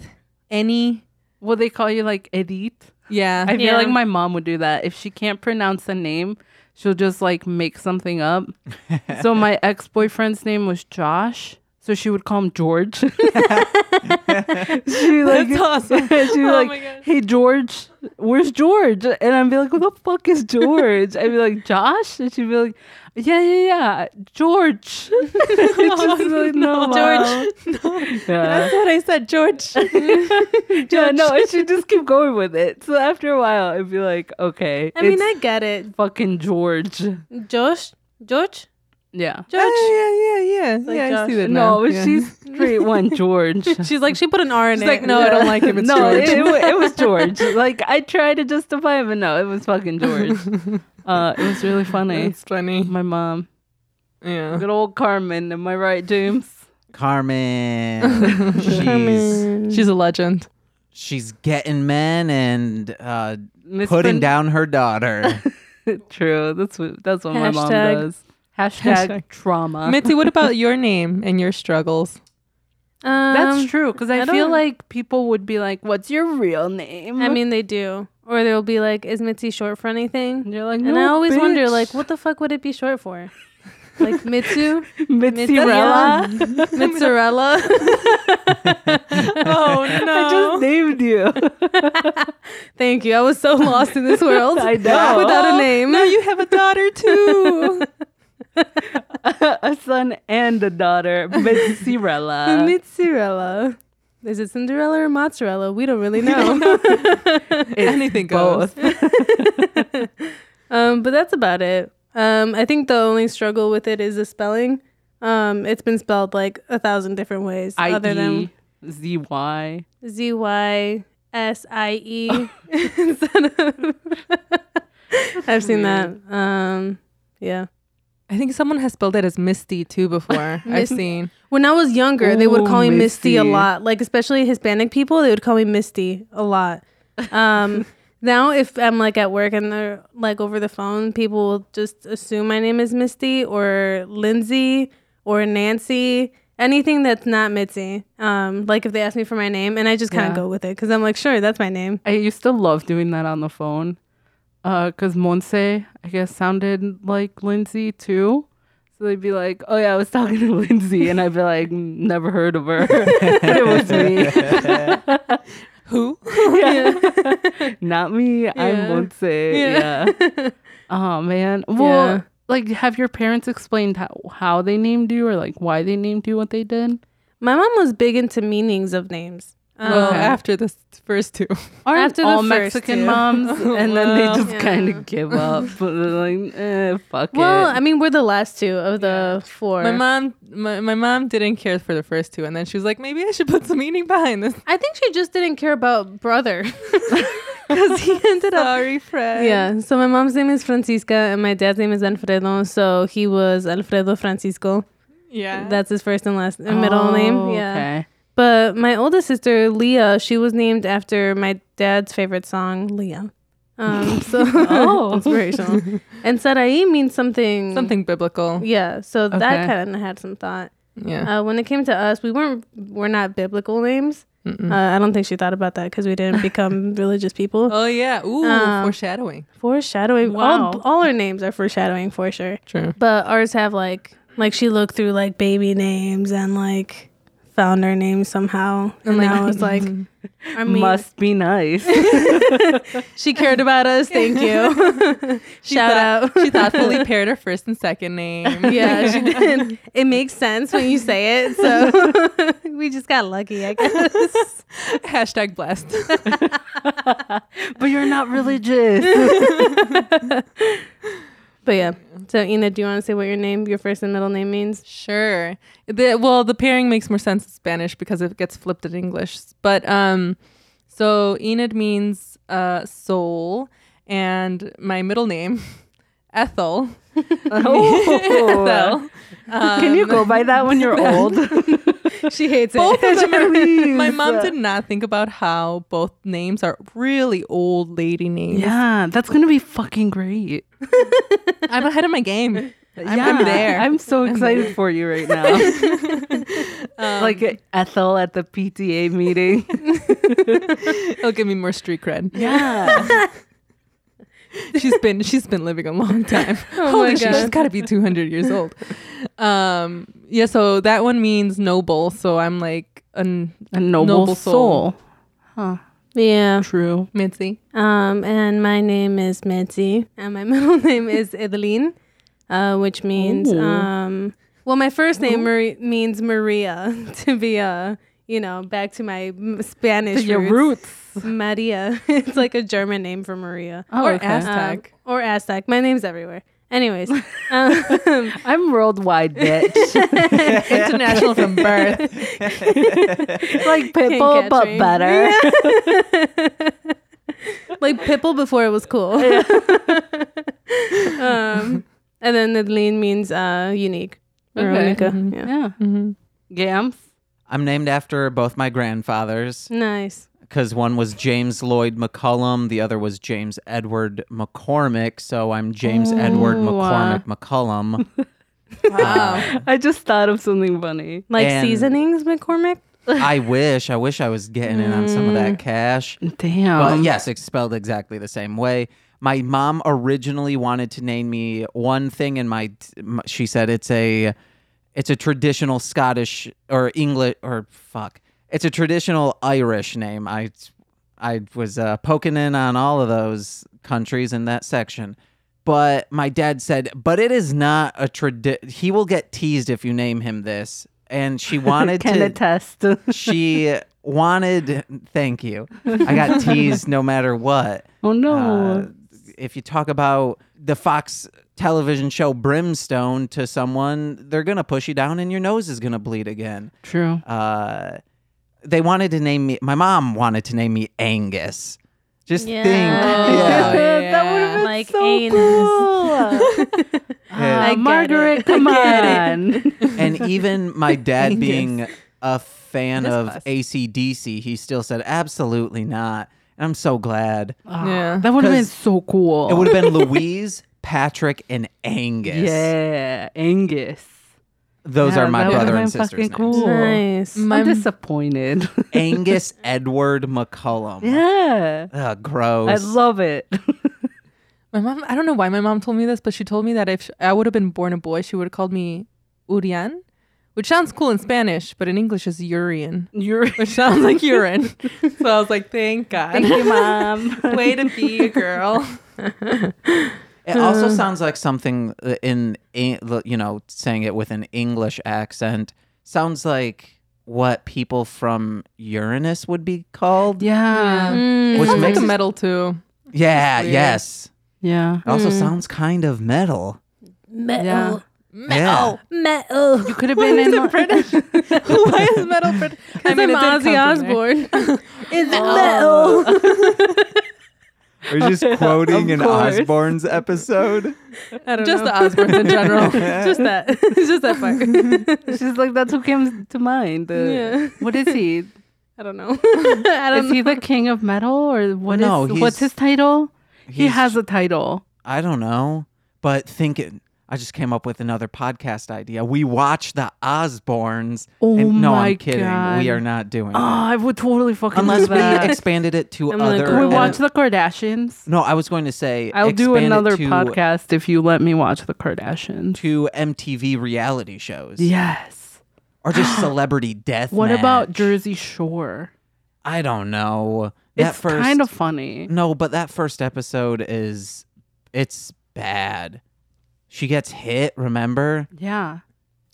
[SPEAKER 4] Any.
[SPEAKER 3] Will they call you like Edith?
[SPEAKER 4] Yeah.
[SPEAKER 3] I feel
[SPEAKER 2] Yeah.
[SPEAKER 3] like my mom would do that. If she can't pronounce a name,
[SPEAKER 4] [laughs]
[SPEAKER 3] she'll just like make something up. so my ex boyfriend's name was Josh, So she would call him George. [laughs] she like, [laughs]
[SPEAKER 4] That's awesome.
[SPEAKER 3] she was
[SPEAKER 4] Oh my
[SPEAKER 3] like,
[SPEAKER 4] gosh.
[SPEAKER 3] "Hey George, where's George?" And I'd be like, "Who the fuck is George?" I'd be like, "Josh," and she'd be like, "Yeah, yeah, yeah,
[SPEAKER 4] [laughs]
[SPEAKER 3] George." [laughs] She'd just be like, no, Mom."
[SPEAKER 4] Oh,
[SPEAKER 3] [laughs]
[SPEAKER 4] George. [laughs] No.
[SPEAKER 3] Yeah.
[SPEAKER 4] That's what I said,
[SPEAKER 2] [laughs]
[SPEAKER 4] George.
[SPEAKER 3] yeah, no, and she'd just keep going with it. So after a while, I'd be like, "Okay,
[SPEAKER 2] I mean,
[SPEAKER 3] it's
[SPEAKER 2] I get it.
[SPEAKER 3] fucking George."
[SPEAKER 2] Josh, George,
[SPEAKER 3] Yeah.
[SPEAKER 2] George.
[SPEAKER 4] Oh, yeah, yeah, yeah.
[SPEAKER 2] like
[SPEAKER 4] yeah, I see
[SPEAKER 2] Josh.
[SPEAKER 4] that now.
[SPEAKER 3] No,
[SPEAKER 4] yeah.
[SPEAKER 3] she's straight one George.
[SPEAKER 2] She's like, she put an R in
[SPEAKER 4] She's
[SPEAKER 2] it.
[SPEAKER 4] like, no, I don't like him.
[SPEAKER 3] [laughs]
[SPEAKER 4] It's
[SPEAKER 3] no,
[SPEAKER 4] George.
[SPEAKER 3] It, it, wa- it was George. like I tried to justify him, but no, it was fucking George. Uh, it was really funny.
[SPEAKER 4] That's funny.
[SPEAKER 3] My mom,
[SPEAKER 4] Yeah.
[SPEAKER 3] good old Carmen. Am I right, James?
[SPEAKER 1] Carmen. she's
[SPEAKER 4] She's a legend.
[SPEAKER 1] she's getting men and uh,
[SPEAKER 3] Miss
[SPEAKER 1] putting
[SPEAKER 3] Pen-
[SPEAKER 1] down her daughter.
[SPEAKER 3] True. That's what. That's what my mom
[SPEAKER 2] Hashtag-
[SPEAKER 3] does. Hashtag,
[SPEAKER 4] Hashtag.
[SPEAKER 3] trauma.
[SPEAKER 4] Mitzi, what about your name and your struggles?
[SPEAKER 2] Um,
[SPEAKER 3] that's true because I,
[SPEAKER 2] I
[SPEAKER 3] feel
[SPEAKER 2] don't-
[SPEAKER 3] like people would be like, "What's your real name?"
[SPEAKER 2] I mean, they do. Or they'll be like, is Mitzi short for anything?
[SPEAKER 3] and you're like,
[SPEAKER 2] And I
[SPEAKER 3] "No,
[SPEAKER 2] always
[SPEAKER 3] bitch."
[SPEAKER 2] wonder, like, what the fuck would it be short for?
[SPEAKER 4] [laughs]
[SPEAKER 2] like Mitsu,
[SPEAKER 3] Mitzirella.
[SPEAKER 2] [laughs] mozzarella.
[SPEAKER 4] [laughs] Oh
[SPEAKER 3] I just named you.
[SPEAKER 2] Thank you. I was so lost
[SPEAKER 4] [laughs]
[SPEAKER 2] in this world.
[SPEAKER 3] I know.
[SPEAKER 2] [laughs] Without a name.
[SPEAKER 4] now you have a daughter
[SPEAKER 2] [laughs]
[SPEAKER 4] too.
[SPEAKER 3] [laughs] a son and a daughter,
[SPEAKER 2] [laughs]
[SPEAKER 3] Mitzirella.
[SPEAKER 2] mozzarella. Uh, Is it Cinderella or mozzarella? We
[SPEAKER 4] [laughs]
[SPEAKER 2] don't really know. [laughs]
[SPEAKER 4] Anything goes.
[SPEAKER 3] both.
[SPEAKER 2] um, but that's about it. Um, I think the only struggle with it is the spelling. Um, it's been spelled like a thousand different ways,
[SPEAKER 3] E
[SPEAKER 2] other than
[SPEAKER 3] I-E-Z-Y.
[SPEAKER 2] Z Y S I E. instead of- [laughs] I've seen that. Um, yeah.
[SPEAKER 4] I think someone has spelled it as Misty too before. I've
[SPEAKER 2] Mis-
[SPEAKER 4] seen.
[SPEAKER 2] When I was younger, they
[SPEAKER 3] Ooh,
[SPEAKER 2] would call me Misty. a
[SPEAKER 3] Misty.
[SPEAKER 2] lot. Like especially Hispanic people, they would call me Misty a lot.
[SPEAKER 3] [laughs]
[SPEAKER 2] Um, now if I'm like at work and they're like over the phone, people will just assume my name is Misty or Lindsay or Nancy, anything that's not Mitzi. Um, like if they ask me for my name, and I just kind of
[SPEAKER 3] Yeah.
[SPEAKER 2] go with it because I'm like, sure, that's my name. [laughs]
[SPEAKER 3] I used to love doing that on the phone because Monse, I guess, sounded like Lindsay too. So they'd be like, oh yeah, I was talking to [laughs] Lindsay. And I'd be like, "Mm, never heard of her. [laughs] but it was me.
[SPEAKER 4] Who?
[SPEAKER 3] [laughs] Yeah. [laughs] Not me. I'm
[SPEAKER 2] Yeah.
[SPEAKER 3] Monse. Yeah. Oh man. Well,
[SPEAKER 2] Yeah.
[SPEAKER 3] like, have your parents explained how, how they named you or like why they named you what they did?
[SPEAKER 2] My mom was big into meanings of names. Um,
[SPEAKER 4] Well,
[SPEAKER 3] Okay.
[SPEAKER 4] after the first two.
[SPEAKER 3] Aren't
[SPEAKER 2] After the
[SPEAKER 3] all
[SPEAKER 2] first
[SPEAKER 3] Mexican
[SPEAKER 2] two. [laughs]
[SPEAKER 3] moms, and then they
[SPEAKER 4] Well,
[SPEAKER 3] just
[SPEAKER 2] yeah.
[SPEAKER 3] kind of give up. [laughs] They're like, eh, fuck
[SPEAKER 2] well,
[SPEAKER 3] it.
[SPEAKER 2] I mean, we're the last two of the four.
[SPEAKER 4] My mom, my, my mom didn't care for the first two, and then she was like, maybe I should put some meaning behind this. [laughs]
[SPEAKER 2] I think she just didn't care about brother [laughs] because [laughs] he ended up.
[SPEAKER 4] Sorry, Fred.
[SPEAKER 2] Yeah. So my mom's name is Francisca and my dad's name is Alfredo. So he was Alfredo Francisco.
[SPEAKER 4] yeah.
[SPEAKER 2] That's his first and last and middle name.
[SPEAKER 3] Oh,
[SPEAKER 2] Yeah.
[SPEAKER 3] Okay.
[SPEAKER 2] But my oldest sister Leah, she was named after my dad's favorite song, Leah. [laughs] Um, so
[SPEAKER 3] Oh.
[SPEAKER 2] inspirational. And Sarai means something.
[SPEAKER 4] something biblical.
[SPEAKER 2] Yeah. So
[SPEAKER 3] Okay.
[SPEAKER 2] that kind of had some thought.
[SPEAKER 4] Yeah.
[SPEAKER 2] Uh, when it came to us, we weren't we're not biblical names. Uh, I don't think she thought about that because we didn't [laughs] become religious people.
[SPEAKER 4] oh yeah. Ooh,
[SPEAKER 2] Um,
[SPEAKER 4] foreshadowing.
[SPEAKER 2] Foreshadowing.
[SPEAKER 3] Wow.
[SPEAKER 2] All, all our names are foreshadowing for sure.
[SPEAKER 4] True.
[SPEAKER 2] But ours have like like she looked through like baby names and like found her name somehow. And,
[SPEAKER 4] like-
[SPEAKER 2] now it's like [laughs] I mean
[SPEAKER 3] Must be
[SPEAKER 2] [laughs]
[SPEAKER 3] nice.
[SPEAKER 2] she cared about us, thank [laughs] you. Shout out.
[SPEAKER 4] [laughs]
[SPEAKER 2] [laughs]
[SPEAKER 4] she thoughtfully paired her first and second name. [laughs]
[SPEAKER 2] yeah, she did. [laughs] It makes sense when you say it. So [laughs] we just got lucky, I guess. [laughs]
[SPEAKER 4] Hashtag blessed.
[SPEAKER 3] but you're not
[SPEAKER 2] [laughs]
[SPEAKER 3] religious.
[SPEAKER 2] But yeah. So Ina, do you want to say what your name, your first and middle name means?
[SPEAKER 4] Sure. The, well, the pairing makes more sense in Spanish because it gets flipped in English. But um, so Enid means uh, soul, and my middle name, [laughs] Ethel.
[SPEAKER 3] [laughs] oh.
[SPEAKER 4] [laughs] Ethel. Um,
[SPEAKER 3] Can you
[SPEAKER 4] [laughs]
[SPEAKER 3] go by that when
[SPEAKER 2] [laughs]
[SPEAKER 3] you're old?
[SPEAKER 2] She hates
[SPEAKER 4] both of
[SPEAKER 3] [laughs]
[SPEAKER 4] them are-
[SPEAKER 3] Please.
[SPEAKER 4] [laughs] my mom did not think about how both names are really old lady names.
[SPEAKER 3] Yeah, that's gonna be fucking great.
[SPEAKER 4] I'm ahead of my [laughs] game. I'm,
[SPEAKER 3] yeah,
[SPEAKER 4] I'm there.
[SPEAKER 3] I'm so excited for you right now. like Ethel at the PTA meeting.
[SPEAKER 4] It'll give me more street cred.
[SPEAKER 3] Yeah.
[SPEAKER 4] [laughs] she's been she's been living a long [laughs] time.
[SPEAKER 2] Oh
[SPEAKER 4] Holy
[SPEAKER 2] my
[SPEAKER 4] shit, she's
[SPEAKER 2] God.
[SPEAKER 4] got to be 200 years old. Um, yeah, so that one means noble. So I'm like an
[SPEAKER 3] [laughs] A noble,
[SPEAKER 4] Noble soul.
[SPEAKER 3] soul. Huh.
[SPEAKER 2] Yeah.
[SPEAKER 3] True.
[SPEAKER 4] Mitzi.
[SPEAKER 2] Um, and my name is Mitzi, and my [laughs] middle name is Edeline, uh, which means
[SPEAKER 3] Ooh.
[SPEAKER 2] um. Well, my first name Marie, means Maria [laughs] to be uh, you know, back to my m- Spanish
[SPEAKER 3] Your
[SPEAKER 2] roots.
[SPEAKER 3] roots.
[SPEAKER 2] Maria. [laughs] it's like a German name for Maria.
[SPEAKER 3] Oh,
[SPEAKER 4] Or
[SPEAKER 3] okay.
[SPEAKER 4] ask-
[SPEAKER 2] Um,
[SPEAKER 4] Aztec.
[SPEAKER 2] or Aztec. My name's everywhere.
[SPEAKER 3] [laughs]
[SPEAKER 2] Anyways, um, [laughs]
[SPEAKER 3] I'm worldwide, bitch.
[SPEAKER 4] International from birth.
[SPEAKER 3] like
[SPEAKER 2] Can't catch
[SPEAKER 3] Pitbull, but
[SPEAKER 2] me.
[SPEAKER 3] better.
[SPEAKER 2] [laughs] like Pipple before it was cool. [laughs] um, and then Adeline means uh, unique. Or
[SPEAKER 3] Okay.
[SPEAKER 2] Unica.
[SPEAKER 4] Mhm.
[SPEAKER 2] Yeah.
[SPEAKER 3] Yeah.
[SPEAKER 4] Mhm.
[SPEAKER 3] Gams.
[SPEAKER 1] I'm named after both my grandfathers
[SPEAKER 2] Nice.
[SPEAKER 1] because one was James Lloyd McCullum, the other was James Edward McCormick. So I'm James Edward
[SPEAKER 3] Ooh, wow.
[SPEAKER 1] McCormick McCullum.
[SPEAKER 4] Um, Wow.
[SPEAKER 3] I just thought of something funny.
[SPEAKER 2] Like
[SPEAKER 1] And-
[SPEAKER 2] seasonings, McCormick?
[SPEAKER 1] I wish, I wish I was getting in on some of that cash.
[SPEAKER 3] Damn.
[SPEAKER 1] But yes, it's spelled exactly the same way. My mom originally wanted to name me one thing, and my m- she said it's a it's a traditional Scottish or English or fuck, it's a traditional Irish name. I I was uh, poking in on all of those countries in that section. But my dad said, but it is not a trad. He will get teased if you name him this. And she wanted
[SPEAKER 3] Can
[SPEAKER 1] to
[SPEAKER 3] attest. [laughs]
[SPEAKER 1] she wanted thank you i
[SPEAKER 4] [laughs]
[SPEAKER 1] got teased no matter what
[SPEAKER 3] oh no.
[SPEAKER 1] Uh, if you talk about the fox television show brimstone to someone they're gonna push you down and your nose is gonna bleed again
[SPEAKER 3] True.
[SPEAKER 1] uh, they wanted to name me my mom wanted to name me angus just
[SPEAKER 2] Yeah.
[SPEAKER 1] think Oh, yeah
[SPEAKER 3] [laughs] that would have been
[SPEAKER 2] Like
[SPEAKER 3] so
[SPEAKER 2] anus. [laughs]
[SPEAKER 3] cool.
[SPEAKER 1] Yeah.
[SPEAKER 3] Uh,
[SPEAKER 2] I get it.
[SPEAKER 3] Margaret, come on.
[SPEAKER 4] [laughs]
[SPEAKER 1] and even my dad
[SPEAKER 4] Angus.
[SPEAKER 1] being a fan
[SPEAKER 4] This
[SPEAKER 1] of
[SPEAKER 4] bus.
[SPEAKER 1] acdc he still said absolutely not and i'm so glad
[SPEAKER 3] Ah,
[SPEAKER 4] Yeah.
[SPEAKER 3] That would have been
[SPEAKER 1] 'Cause
[SPEAKER 3] so cool.
[SPEAKER 1] It would have been Louise, Patrick, and Angus.
[SPEAKER 3] Yeah, Angus.
[SPEAKER 1] Those
[SPEAKER 3] Yeah,
[SPEAKER 1] are my
[SPEAKER 3] that would've
[SPEAKER 1] brother and
[SPEAKER 3] been
[SPEAKER 1] sister's names.
[SPEAKER 3] fucking cool.
[SPEAKER 2] Nice.
[SPEAKER 4] My
[SPEAKER 3] I'm disappointed. [laughs]
[SPEAKER 1] Angus Edward McCullum.
[SPEAKER 3] yeah.
[SPEAKER 1] Ugh, gross.
[SPEAKER 3] I love it.
[SPEAKER 4] [laughs]
[SPEAKER 3] [laughs]
[SPEAKER 4] My mom, I don't know why my mom told me this, but she told me that if sh- I would have been born a boy, she would have called me Urian, which sounds cool in Spanish, but in English is Urian,
[SPEAKER 3] You're
[SPEAKER 4] which sounds like [laughs] urine. so I was like, thank God.
[SPEAKER 3] Thank you, mom.
[SPEAKER 4] Way to be a [laughs] girl.
[SPEAKER 1] it also sounds like something uh, in, in- you know saying it with an English accent sounds like what people from Uranus would be called.
[SPEAKER 3] [laughs] Yeah.
[SPEAKER 4] It
[SPEAKER 2] Mm.
[SPEAKER 1] Which
[SPEAKER 4] sounds like
[SPEAKER 1] makes
[SPEAKER 4] a
[SPEAKER 1] it-
[SPEAKER 4] metal [laughs] too.
[SPEAKER 1] Yeah,
[SPEAKER 4] Weird.
[SPEAKER 1] yes.
[SPEAKER 3] Yeah.
[SPEAKER 1] It also sounds kind of metal.
[SPEAKER 2] Metal.
[SPEAKER 3] Yeah.
[SPEAKER 1] Yeah.
[SPEAKER 2] Metal.
[SPEAKER 3] You could have been in like-
[SPEAKER 4] British. Why is metal British?
[SPEAKER 2] I mean, I'm Ozzy Osbourne. Oh. it's metal.
[SPEAKER 1] Are you just
[SPEAKER 3] [laughs]
[SPEAKER 1] quoting
[SPEAKER 3] an course.
[SPEAKER 1] Osborne's episode?
[SPEAKER 2] I don't
[SPEAKER 4] Just
[SPEAKER 2] know.
[SPEAKER 4] the Osbournes in general.
[SPEAKER 2] just that. [laughs] just that part. [laughs]
[SPEAKER 3] She's like, that's who came to mind. Uh,
[SPEAKER 2] Yeah.
[SPEAKER 3] What is he?
[SPEAKER 2] I don't know. [laughs] I don't
[SPEAKER 3] Is he the king of metal or what is?
[SPEAKER 1] No, he's-
[SPEAKER 3] what's his title? He has a title.
[SPEAKER 1] I don't know, but think it. I just came up with another podcast idea. We watch the Osbournes.
[SPEAKER 3] Oh
[SPEAKER 1] and, no,
[SPEAKER 3] my
[SPEAKER 1] I'm kidding.
[SPEAKER 3] God.
[SPEAKER 1] We are not doing
[SPEAKER 3] Oh,
[SPEAKER 1] that.
[SPEAKER 3] I would totally fucking do
[SPEAKER 1] Unless
[SPEAKER 3] that.
[SPEAKER 1] we expanded it to
[SPEAKER 2] I'm gonna
[SPEAKER 1] other.
[SPEAKER 2] go
[SPEAKER 3] we
[SPEAKER 2] Yeah.
[SPEAKER 3] watch the Kardashians.
[SPEAKER 1] no, I was going to say
[SPEAKER 3] I'll do
[SPEAKER 1] expand it
[SPEAKER 3] another
[SPEAKER 1] to,
[SPEAKER 3] podcast if you let me watch the Kardashians.
[SPEAKER 1] to MTV reality shows
[SPEAKER 3] yes.
[SPEAKER 1] or
[SPEAKER 3] [gasps]
[SPEAKER 1] just celebrity death.
[SPEAKER 3] What about
[SPEAKER 1] match.
[SPEAKER 3] Jersey Shore?
[SPEAKER 1] I don't know. That
[SPEAKER 3] it's
[SPEAKER 1] first
[SPEAKER 3] kind of funny.
[SPEAKER 1] no, but that first episode is it's bad. She gets hit. Remember,
[SPEAKER 3] Yeah.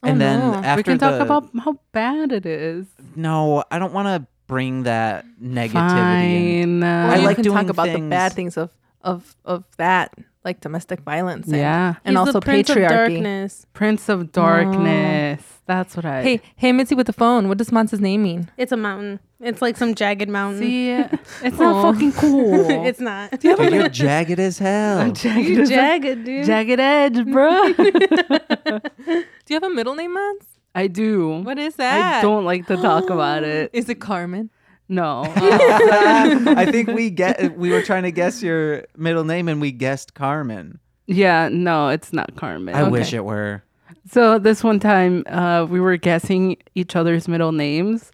[SPEAKER 1] and then
[SPEAKER 4] no. We
[SPEAKER 1] Mm-hmm. after
[SPEAKER 3] Oh, we can talk
[SPEAKER 1] the-
[SPEAKER 3] about how bad it is.
[SPEAKER 1] No, I don't want to bring that negativity. in.
[SPEAKER 3] Fine. Uh,
[SPEAKER 1] I
[SPEAKER 4] I
[SPEAKER 1] like
[SPEAKER 4] like to talk
[SPEAKER 1] doing
[SPEAKER 4] about the
[SPEAKER 1] things-
[SPEAKER 4] bad things of of of that, like domestic violence. and-
[SPEAKER 3] Yeah.
[SPEAKER 4] and also patriarchy.
[SPEAKER 2] darkness.
[SPEAKER 3] Prince of Darkness. That's what I
[SPEAKER 4] Hey, hey, Mitzi with the phone. What does Monza's name mean?
[SPEAKER 2] It's a mountain. It's like some jagged mountain. [laughs]
[SPEAKER 3] see.
[SPEAKER 1] um,
[SPEAKER 3] [laughs] It's not
[SPEAKER 4] Aw.
[SPEAKER 3] fucking cool.
[SPEAKER 1] [laughs]
[SPEAKER 2] it's not.
[SPEAKER 1] Dude, you're jagged as [laughs] hell.
[SPEAKER 2] [laughs]
[SPEAKER 3] jagged, as a-
[SPEAKER 2] jagged,
[SPEAKER 3] [laughs]
[SPEAKER 2] dude.
[SPEAKER 3] jagged edge, bro.
[SPEAKER 1] [laughs]
[SPEAKER 4] Do you have a middle name, Mons?
[SPEAKER 3] I do.
[SPEAKER 4] What is
[SPEAKER 3] I
[SPEAKER 4] that?
[SPEAKER 3] don't like to talk
[SPEAKER 1] [gasps]
[SPEAKER 3] about it.
[SPEAKER 4] [gasps] Is it Carmen?
[SPEAKER 3] No. Uh,
[SPEAKER 1] I think we get we were trying to guess your middle name and we guessed Carmen.
[SPEAKER 3] yeah, no, it's not Carmen.
[SPEAKER 1] I wish it were.
[SPEAKER 3] So this one time, uh, we were guessing each other's middle names,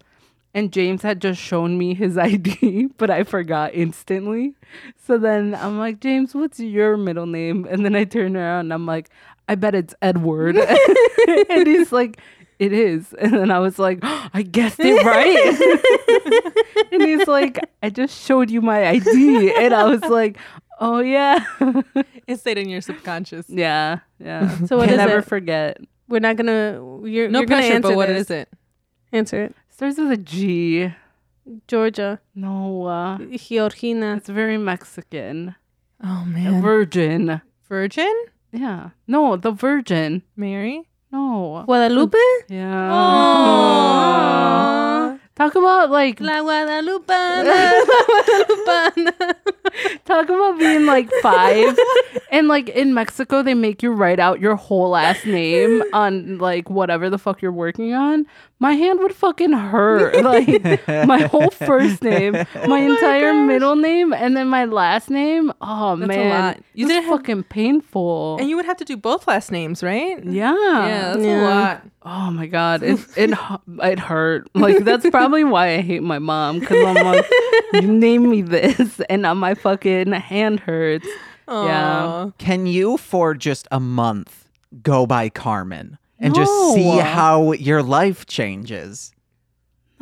[SPEAKER 3] and James had just shown me his [laughs] ID, but I forgot instantly. So then I'm like, James, what's your middle name? And then I turn around and I'm like, I bet it's Edward. [laughs] and he's like, it is. And then I was like, I guessed it right. [laughs] and he's like, I just showed you my ID. And I was like, oh, yeah. [laughs]
[SPEAKER 4] It stayed in your subconscious.
[SPEAKER 3] yeah. [laughs] Yeah.
[SPEAKER 2] So what
[SPEAKER 3] Can
[SPEAKER 2] is
[SPEAKER 3] never
[SPEAKER 2] it?
[SPEAKER 3] forget.
[SPEAKER 2] We're not gonna. You're,
[SPEAKER 4] No
[SPEAKER 2] you're gonna
[SPEAKER 4] pressure,
[SPEAKER 2] answer
[SPEAKER 4] but what
[SPEAKER 2] this.
[SPEAKER 4] is it?
[SPEAKER 2] Answer it.
[SPEAKER 3] Starts with a G.
[SPEAKER 2] Georgia,
[SPEAKER 3] No. Uh,
[SPEAKER 2] Georgina.
[SPEAKER 3] it's very Mexican.
[SPEAKER 4] Oh
[SPEAKER 3] A
[SPEAKER 4] man,
[SPEAKER 3] virgin.
[SPEAKER 4] Virgin
[SPEAKER 3] Yeah. No, the virgin.
[SPEAKER 4] Mary.
[SPEAKER 3] No.
[SPEAKER 2] Guadalupe?
[SPEAKER 4] [laughs]
[SPEAKER 3] Yeah.
[SPEAKER 4] Aww.
[SPEAKER 3] Talk about like
[SPEAKER 2] Guadalupana. Guadalupana.
[SPEAKER 3] talk about being like
[SPEAKER 4] [laughs]
[SPEAKER 3] five and like in Mexico they make you write out your whole last
[SPEAKER 4] [laughs]
[SPEAKER 3] name on like whatever the fuck you're working on. My hand would fucking hurt. [laughs] Like my whole first
[SPEAKER 4] [laughs]
[SPEAKER 3] name, my
[SPEAKER 4] Oh
[SPEAKER 3] entire middle name, and then my last name. Oh
[SPEAKER 4] That's a
[SPEAKER 3] man.
[SPEAKER 4] lot. You
[SPEAKER 3] You did
[SPEAKER 4] didn't have-
[SPEAKER 3] fucking painful.
[SPEAKER 4] And you would have to do both last names, right?
[SPEAKER 3] [laughs] yeah.
[SPEAKER 4] Yeah, that's
[SPEAKER 2] Yeah.
[SPEAKER 4] a [laughs] lot.
[SPEAKER 3] Oh my god,
[SPEAKER 4] [laughs]
[SPEAKER 3] it it hu- it hurt. Like that's probably why I hate my mom because I'm like, you name me this, [laughs] and now my fucking hand hurts. Yeah.
[SPEAKER 4] Aw.
[SPEAKER 1] Can you, for just a month, go by Carmen and just see
[SPEAKER 3] No.
[SPEAKER 1] how your life changes?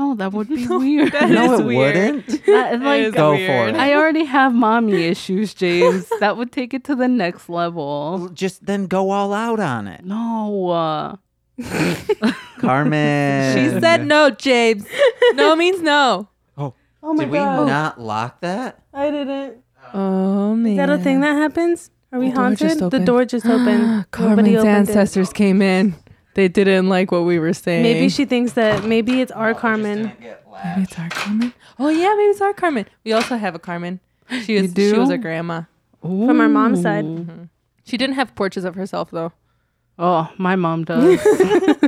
[SPEAKER 3] No, that would
[SPEAKER 4] [laughs]
[SPEAKER 3] be weird.
[SPEAKER 4] that
[SPEAKER 1] no,
[SPEAKER 4] is
[SPEAKER 1] it
[SPEAKER 4] weird.
[SPEAKER 1] wouldn't.
[SPEAKER 3] That-
[SPEAKER 4] That
[SPEAKER 3] like
[SPEAKER 4] is
[SPEAKER 1] Go
[SPEAKER 4] weird.
[SPEAKER 1] for it.
[SPEAKER 2] [laughs]
[SPEAKER 3] I already have mommy issues, James. That would take it to the next level.
[SPEAKER 1] Just then go all out on it,
[SPEAKER 3] No, uh,
[SPEAKER 1] Carmen.
[SPEAKER 4] She said no, James. [laughs] [laughs] No means no.
[SPEAKER 1] "Oh,
[SPEAKER 2] Oh
[SPEAKER 1] did we not lock that?"
[SPEAKER 2] I didn't.
[SPEAKER 4] Oh man.
[SPEAKER 2] Is that a thing that happens? Are we
[SPEAKER 4] The door just
[SPEAKER 2] haunted? The
[SPEAKER 4] opened.
[SPEAKER 2] door just
[SPEAKER 4] [gasps]
[SPEAKER 2] opened. Nobody
[SPEAKER 4] Carmen's
[SPEAKER 2] opened it.
[SPEAKER 4] ancestors came in. They didn't like what we were saying.
[SPEAKER 2] Maybe she thinks that maybe it's
[SPEAKER 1] Oh,
[SPEAKER 2] our Carmen.
[SPEAKER 4] Maybe it's our Carmen. Oh yeah, maybe it's our Carmen. We also have a Carmen. [gasps] She was. She
[SPEAKER 3] do?
[SPEAKER 4] was a grandma.
[SPEAKER 2] From our mom's side.
[SPEAKER 3] ooh.
[SPEAKER 4] She didn't have portraits of herself though.
[SPEAKER 3] Oh, my mom does.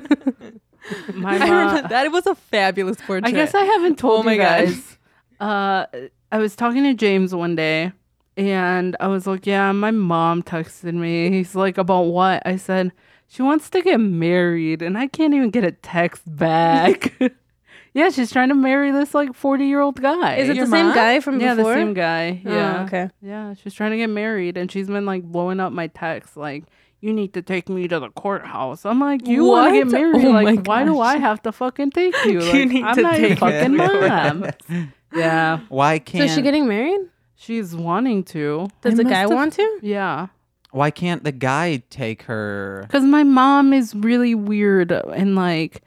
[SPEAKER 2] [laughs]
[SPEAKER 3] my
[SPEAKER 4] I remember
[SPEAKER 3] mom.
[SPEAKER 4] [laughs] that was a fabulous portrait.
[SPEAKER 3] I guess I haven't told
[SPEAKER 4] Oh my
[SPEAKER 3] you
[SPEAKER 4] God.
[SPEAKER 3] guys. Uh, I was talking to James one day, and I was like, "Yeah, my mom texted me." He's like, "About what?" I said, "She wants to get married, and I can't even get a text back." [laughs] yeah, she's trying to marry this like forty-year-old guy.
[SPEAKER 2] Is it
[SPEAKER 4] Your
[SPEAKER 2] the same
[SPEAKER 4] mom?
[SPEAKER 2] guy from
[SPEAKER 3] yeah,
[SPEAKER 2] before?
[SPEAKER 3] the same guy.
[SPEAKER 2] Oh,
[SPEAKER 3] Yeah.
[SPEAKER 2] okay.
[SPEAKER 3] Yeah, she's trying to get married, and she's been like blowing up my texts, like. You need to take me to the courthouse. I'm like, you want to
[SPEAKER 4] What?
[SPEAKER 3] get married?
[SPEAKER 4] Oh
[SPEAKER 3] like,
[SPEAKER 4] my
[SPEAKER 3] why do
[SPEAKER 4] gosh.
[SPEAKER 3] I have to fucking
[SPEAKER 4] [laughs]
[SPEAKER 3] take you?
[SPEAKER 4] You
[SPEAKER 3] Like,
[SPEAKER 4] need
[SPEAKER 3] I'm
[SPEAKER 4] to
[SPEAKER 3] not your
[SPEAKER 4] take me to
[SPEAKER 3] fucking
[SPEAKER 4] the
[SPEAKER 3] mom. yeah,
[SPEAKER 1] Why
[SPEAKER 2] So
[SPEAKER 1] can't?
[SPEAKER 2] is she getting married?
[SPEAKER 3] she's wanting to.
[SPEAKER 2] Does
[SPEAKER 4] I
[SPEAKER 2] the
[SPEAKER 4] must
[SPEAKER 2] guy
[SPEAKER 4] have-
[SPEAKER 2] want to?
[SPEAKER 3] Yeah,
[SPEAKER 1] why can't the guy take her?
[SPEAKER 3] because my mom is really weird and like,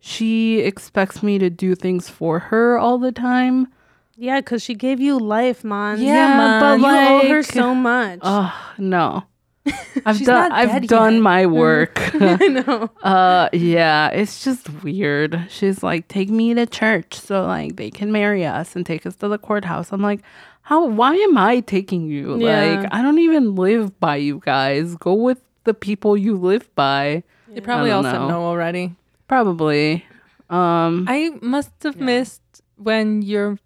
[SPEAKER 3] she expects me to do things for her all the time.
[SPEAKER 2] Yeah, because she gave you life, Mons.
[SPEAKER 4] Yeah, Mons.
[SPEAKER 3] but
[SPEAKER 2] you
[SPEAKER 3] like,
[SPEAKER 2] owe her so much.
[SPEAKER 3] Oh no.
[SPEAKER 4] [laughs]
[SPEAKER 3] I've
[SPEAKER 4] She's
[SPEAKER 3] done
[SPEAKER 4] not
[SPEAKER 3] I've
[SPEAKER 4] dead
[SPEAKER 3] done
[SPEAKER 4] yet. Mm-hmm.
[SPEAKER 3] my
[SPEAKER 4] [laughs]
[SPEAKER 3] work.
[SPEAKER 2] I know.
[SPEAKER 3] [laughs] uh yeah, it's just weird. She's like, take me to church so like they can marry us and take us to the courthouse. I'm like, how why am I taking you?
[SPEAKER 2] Yeah.
[SPEAKER 3] Like I don't even live by you guys. Go with the people you live by.
[SPEAKER 4] They probably
[SPEAKER 3] I don't
[SPEAKER 4] also
[SPEAKER 3] know.
[SPEAKER 4] know. already.
[SPEAKER 3] Probably. Um
[SPEAKER 4] I must have missed when your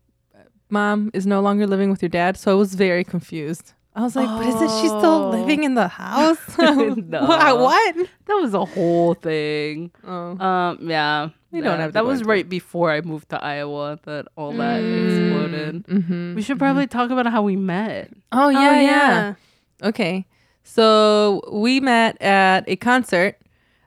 [SPEAKER 4] mom is no longer living with your dad, so I was very confused. I was like, "But isn't she still living in the house?
[SPEAKER 3] Oh. [laughs] No.
[SPEAKER 4] [laughs] Wha- what?
[SPEAKER 3] that was a whole thing.
[SPEAKER 4] Oh.
[SPEAKER 3] Um yeah.
[SPEAKER 4] We don't
[SPEAKER 3] that,
[SPEAKER 4] have to
[SPEAKER 3] that
[SPEAKER 4] go
[SPEAKER 3] was
[SPEAKER 4] into Mm.
[SPEAKER 3] right before I moved to Iowa that all that exploded.
[SPEAKER 4] Mm-hmm.
[SPEAKER 3] We should probably talk about how we met.
[SPEAKER 4] Oh
[SPEAKER 2] Oh,
[SPEAKER 4] yeah, yeah. Okay. So we met at a concert.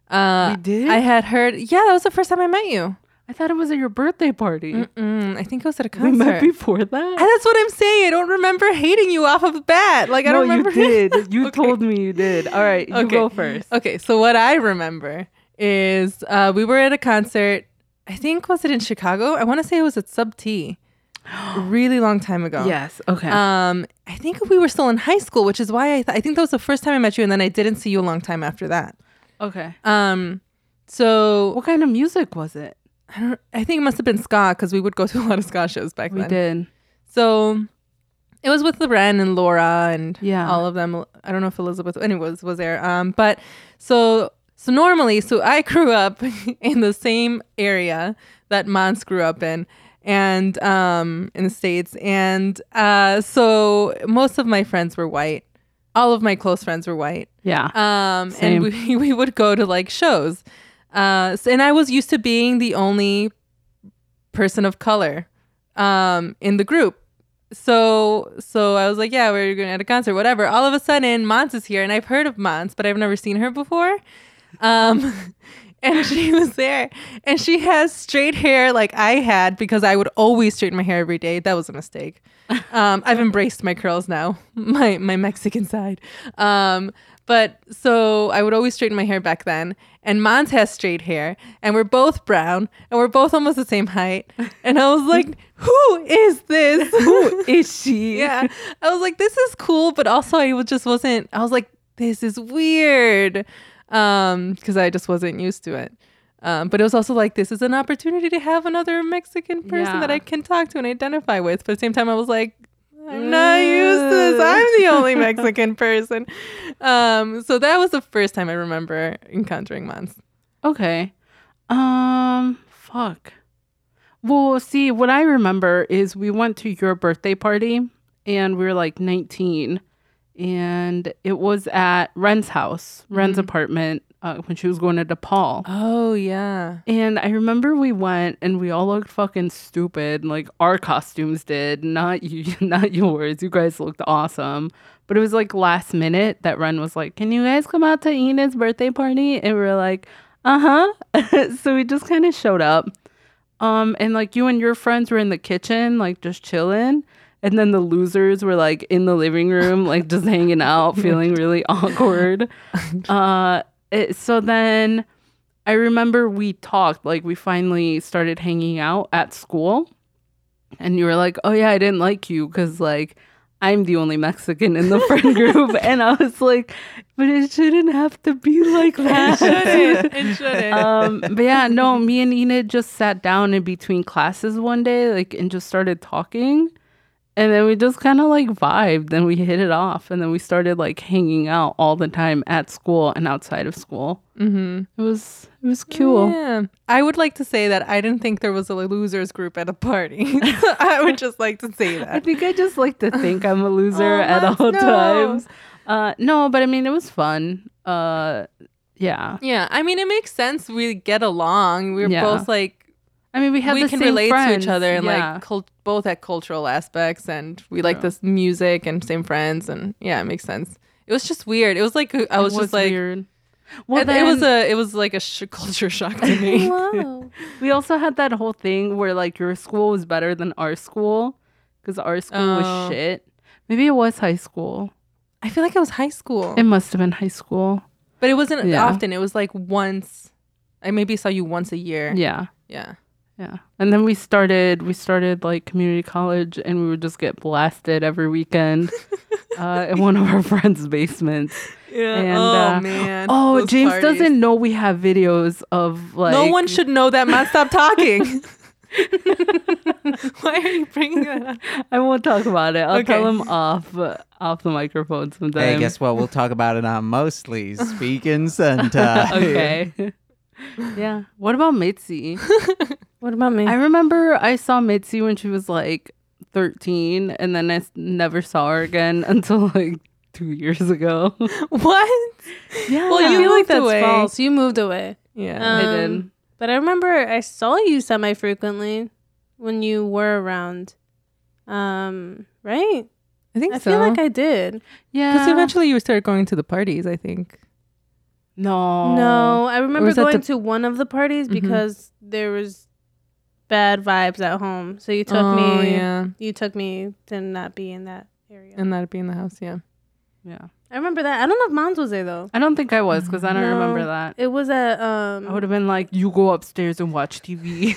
[SPEAKER 4] Uh,
[SPEAKER 3] We did?
[SPEAKER 4] I had heard. Yeah, that was the first time I met you.
[SPEAKER 3] I thought it was at your birthday party.
[SPEAKER 4] Mm-mm, I think it was at a
[SPEAKER 3] We
[SPEAKER 4] Mm, concert.
[SPEAKER 3] met before
[SPEAKER 4] And
[SPEAKER 3] that.
[SPEAKER 4] that's what I'm saying. I don't remember hating you off of the bat. Like I
[SPEAKER 3] no,
[SPEAKER 4] don't remember.
[SPEAKER 3] you did. You
[SPEAKER 4] [laughs] Okay.
[SPEAKER 3] told me you did. All right, you
[SPEAKER 4] Okay.
[SPEAKER 3] go first.
[SPEAKER 4] Okay, so what I remember is uh, we were at a concert. I think was it in Chicago? I want to say it was at
[SPEAKER 3] [gasps]
[SPEAKER 4] Sub T, really long time ago.
[SPEAKER 3] Yes. Okay.
[SPEAKER 4] Um, I think we were still in high school, which is why I, th- I think that was the first time I met you, and then I didn't see you a long time after that.
[SPEAKER 3] Uh, okay.
[SPEAKER 4] Um, so
[SPEAKER 3] What kind of music was it?
[SPEAKER 4] I don't. I think it must have been ska because we would go to [laughs] a lot of ska shows back
[SPEAKER 3] We
[SPEAKER 4] then.
[SPEAKER 3] did.
[SPEAKER 4] So it was with Loren and Laura and
[SPEAKER 3] Yeah.
[SPEAKER 4] all of them. I don't know if Elizabeth anyways was there. Um, but so so normally, so I grew up [laughs] in the same area that Mons grew up in and um in the states and uh so most of my friends were white all of my close friends were white
[SPEAKER 3] Yeah.
[SPEAKER 4] um,
[SPEAKER 3] Same.
[SPEAKER 4] and we, [laughs] we would go to like shows. Uh, so, and I was used to being the only person of color um, in the group. So so I was like, yeah, we're going to at a concert, whatever. All of a sudden, Mons is here, and I've heard of Mons, but I've never seen her before. Um, [laughs] and she was there, and she has straight hair like I had because I would always straighten my hair every day. That was a mistake. [laughs] Um, I've embraced my curls now, [laughs] my my Mexican side. Um, but so I would always straighten my hair back then. And Mons has straight hair, and we're both brown, and we're both almost the same [laughs] height. And I was like, "Who is this? [laughs] Who is she?" yeah, I was like, "This is cool," but also I was- just wasn't. I was like, "This is weird," um, because I just wasn't used to it. Um, but it was also like, "This is an opportunity to have another Mexican person that
[SPEAKER 3] Yeah.
[SPEAKER 4] I can talk to and identify with." But at the same time, I was like, I'm not used to this. I'm the
[SPEAKER 3] [laughs]
[SPEAKER 4] only Mexican person. Um, so that was the first time I remember encountering Mons.
[SPEAKER 3] Okay. Um fuck. Well, see, what I remember is we went to your birthday party and we were like 19 and it was at Ren's house,
[SPEAKER 4] Mm-hmm.
[SPEAKER 3] Ren's apartment uh, when she was going to DePaul.
[SPEAKER 4] Oh yeah.
[SPEAKER 3] And I remember we went and we all looked fucking stupid, like our costumes did, not you [laughs] not yours. You guys looked awesome. But it was like last minute that Ren was like, Can you guys come out to Ena's birthday party? And we were like, Uh-huh. [laughs] so we just kind of showed up. Um, and like you and your friends were in the kitchen, like just chilling. And then the losers were like in the living room, like just hanging out, feeling really awkward. Uh, it, so then I remember we talked, like we finally started hanging out at school. And you were like, oh yeah, I didn't like you because like I'm the only Mexican in the friend [laughs] group. And I was like, but it shouldn't have to be like that. [laughs]
[SPEAKER 4] It shouldn't.
[SPEAKER 3] um, but yeah, no, me and Enid just sat down in between classes one day, like, and just started talking. And then we just kind of like vibed and we hit it off. And then we started like hanging out all the time at school and outside of school.
[SPEAKER 4] mm-hmm. Oh,
[SPEAKER 3] It was, it was cool.
[SPEAKER 4] Yeah. I would like to say that I didn't think there was a losers group at a party.
[SPEAKER 3] [laughs]
[SPEAKER 4] [laughs] I would just like to say
[SPEAKER 3] I [laughs]
[SPEAKER 4] that.
[SPEAKER 3] think I just like to think I'm a loser
[SPEAKER 4] Oh,
[SPEAKER 3] at
[SPEAKER 4] Mons,
[SPEAKER 3] all
[SPEAKER 4] no.
[SPEAKER 3] times. Uh, no, but I mean, it was fun. Uh, yeah.
[SPEAKER 4] Yeah. I mean, it makes sense. We get along. We're
[SPEAKER 3] Yeah.
[SPEAKER 4] both like
[SPEAKER 3] I mean, we had
[SPEAKER 4] we
[SPEAKER 3] the
[SPEAKER 4] can
[SPEAKER 3] same
[SPEAKER 4] relate
[SPEAKER 3] friends.
[SPEAKER 4] to each other and
[SPEAKER 3] Yeah.
[SPEAKER 4] like cult- both at cultural aspects and we like
[SPEAKER 3] True.
[SPEAKER 4] this music and same friends and yeah it makes sense it was just weird it was like i was,
[SPEAKER 3] It
[SPEAKER 4] just like
[SPEAKER 3] weird.
[SPEAKER 4] it, it was a it was like a sh- culture shock to [laughs]
[SPEAKER 3] [laughs]
[SPEAKER 4] me
[SPEAKER 2] Wow.
[SPEAKER 3] We also had that whole thing where like your school was better than our school because our school
[SPEAKER 4] Oh.
[SPEAKER 3] was shit. Maybe it was high school.
[SPEAKER 4] i feel like it was high school
[SPEAKER 3] It must have been high school.
[SPEAKER 4] but it wasn't
[SPEAKER 3] Yeah.
[SPEAKER 4] often it was like once i maybe saw you once a year
[SPEAKER 3] Yeah.
[SPEAKER 4] yeah
[SPEAKER 3] Yeah. And then we started we started like community college and we would just get blasted every
[SPEAKER 4] [laughs]
[SPEAKER 3] weekend uh, in one of our friends' basements.
[SPEAKER 4] yeah
[SPEAKER 3] And,
[SPEAKER 4] oh
[SPEAKER 3] uh,
[SPEAKER 4] man
[SPEAKER 3] Oh,
[SPEAKER 4] Those
[SPEAKER 3] James
[SPEAKER 4] parties.
[SPEAKER 3] doesn't know we have videos of like
[SPEAKER 4] no one should know that man stop talking [laughs] why are you bringing that up
[SPEAKER 3] [laughs] I won't talk about it. I'll
[SPEAKER 4] Okay.
[SPEAKER 3] tell him off off the microphone sometime.
[SPEAKER 1] Hey,
[SPEAKER 3] [laughs]
[SPEAKER 1] guess what? We'll talk about it on mostly speaking Santa.
[SPEAKER 3] okay. [laughs] yeah. What about
[SPEAKER 4] [laughs]
[SPEAKER 3] Mitzi?
[SPEAKER 2] What about me?
[SPEAKER 3] I remember I saw Mitzi when she was like 13, and then I s- never saw her again [laughs] until like two years ago.
[SPEAKER 4] what
[SPEAKER 3] yeah.
[SPEAKER 4] Well,
[SPEAKER 2] I
[SPEAKER 4] you
[SPEAKER 2] feel like
[SPEAKER 4] moved
[SPEAKER 2] that's
[SPEAKER 4] away.
[SPEAKER 2] false. You moved away.
[SPEAKER 4] yeah
[SPEAKER 3] I
[SPEAKER 2] Um,
[SPEAKER 3] did.
[SPEAKER 2] But I remember I saw you semi frequently when you were around. Um, right?
[SPEAKER 4] i think
[SPEAKER 2] I
[SPEAKER 4] so
[SPEAKER 2] feel like I did.
[SPEAKER 3] Yeah.
[SPEAKER 4] Because eventually you started going to the parties, I think.
[SPEAKER 3] no.
[SPEAKER 2] No, I remember
[SPEAKER 4] was that
[SPEAKER 2] going
[SPEAKER 4] the-
[SPEAKER 2] to one of the parties
[SPEAKER 4] Mhm.
[SPEAKER 2] because there was bad vibes at home. So you took me
[SPEAKER 4] Oh, yeah,
[SPEAKER 2] you took me to not be in that area.
[SPEAKER 4] and that'd be in the house, yeah.
[SPEAKER 3] Yeah.
[SPEAKER 2] I remember that. I don't know if Mons was there though.
[SPEAKER 3] I don't think I was because I don't
[SPEAKER 2] No.
[SPEAKER 3] remember that.
[SPEAKER 2] It was at um
[SPEAKER 3] I
[SPEAKER 2] [laughs]
[SPEAKER 3] would have been like, you go upstairs and watch
[SPEAKER 4] [laughs]
[SPEAKER 3] TV.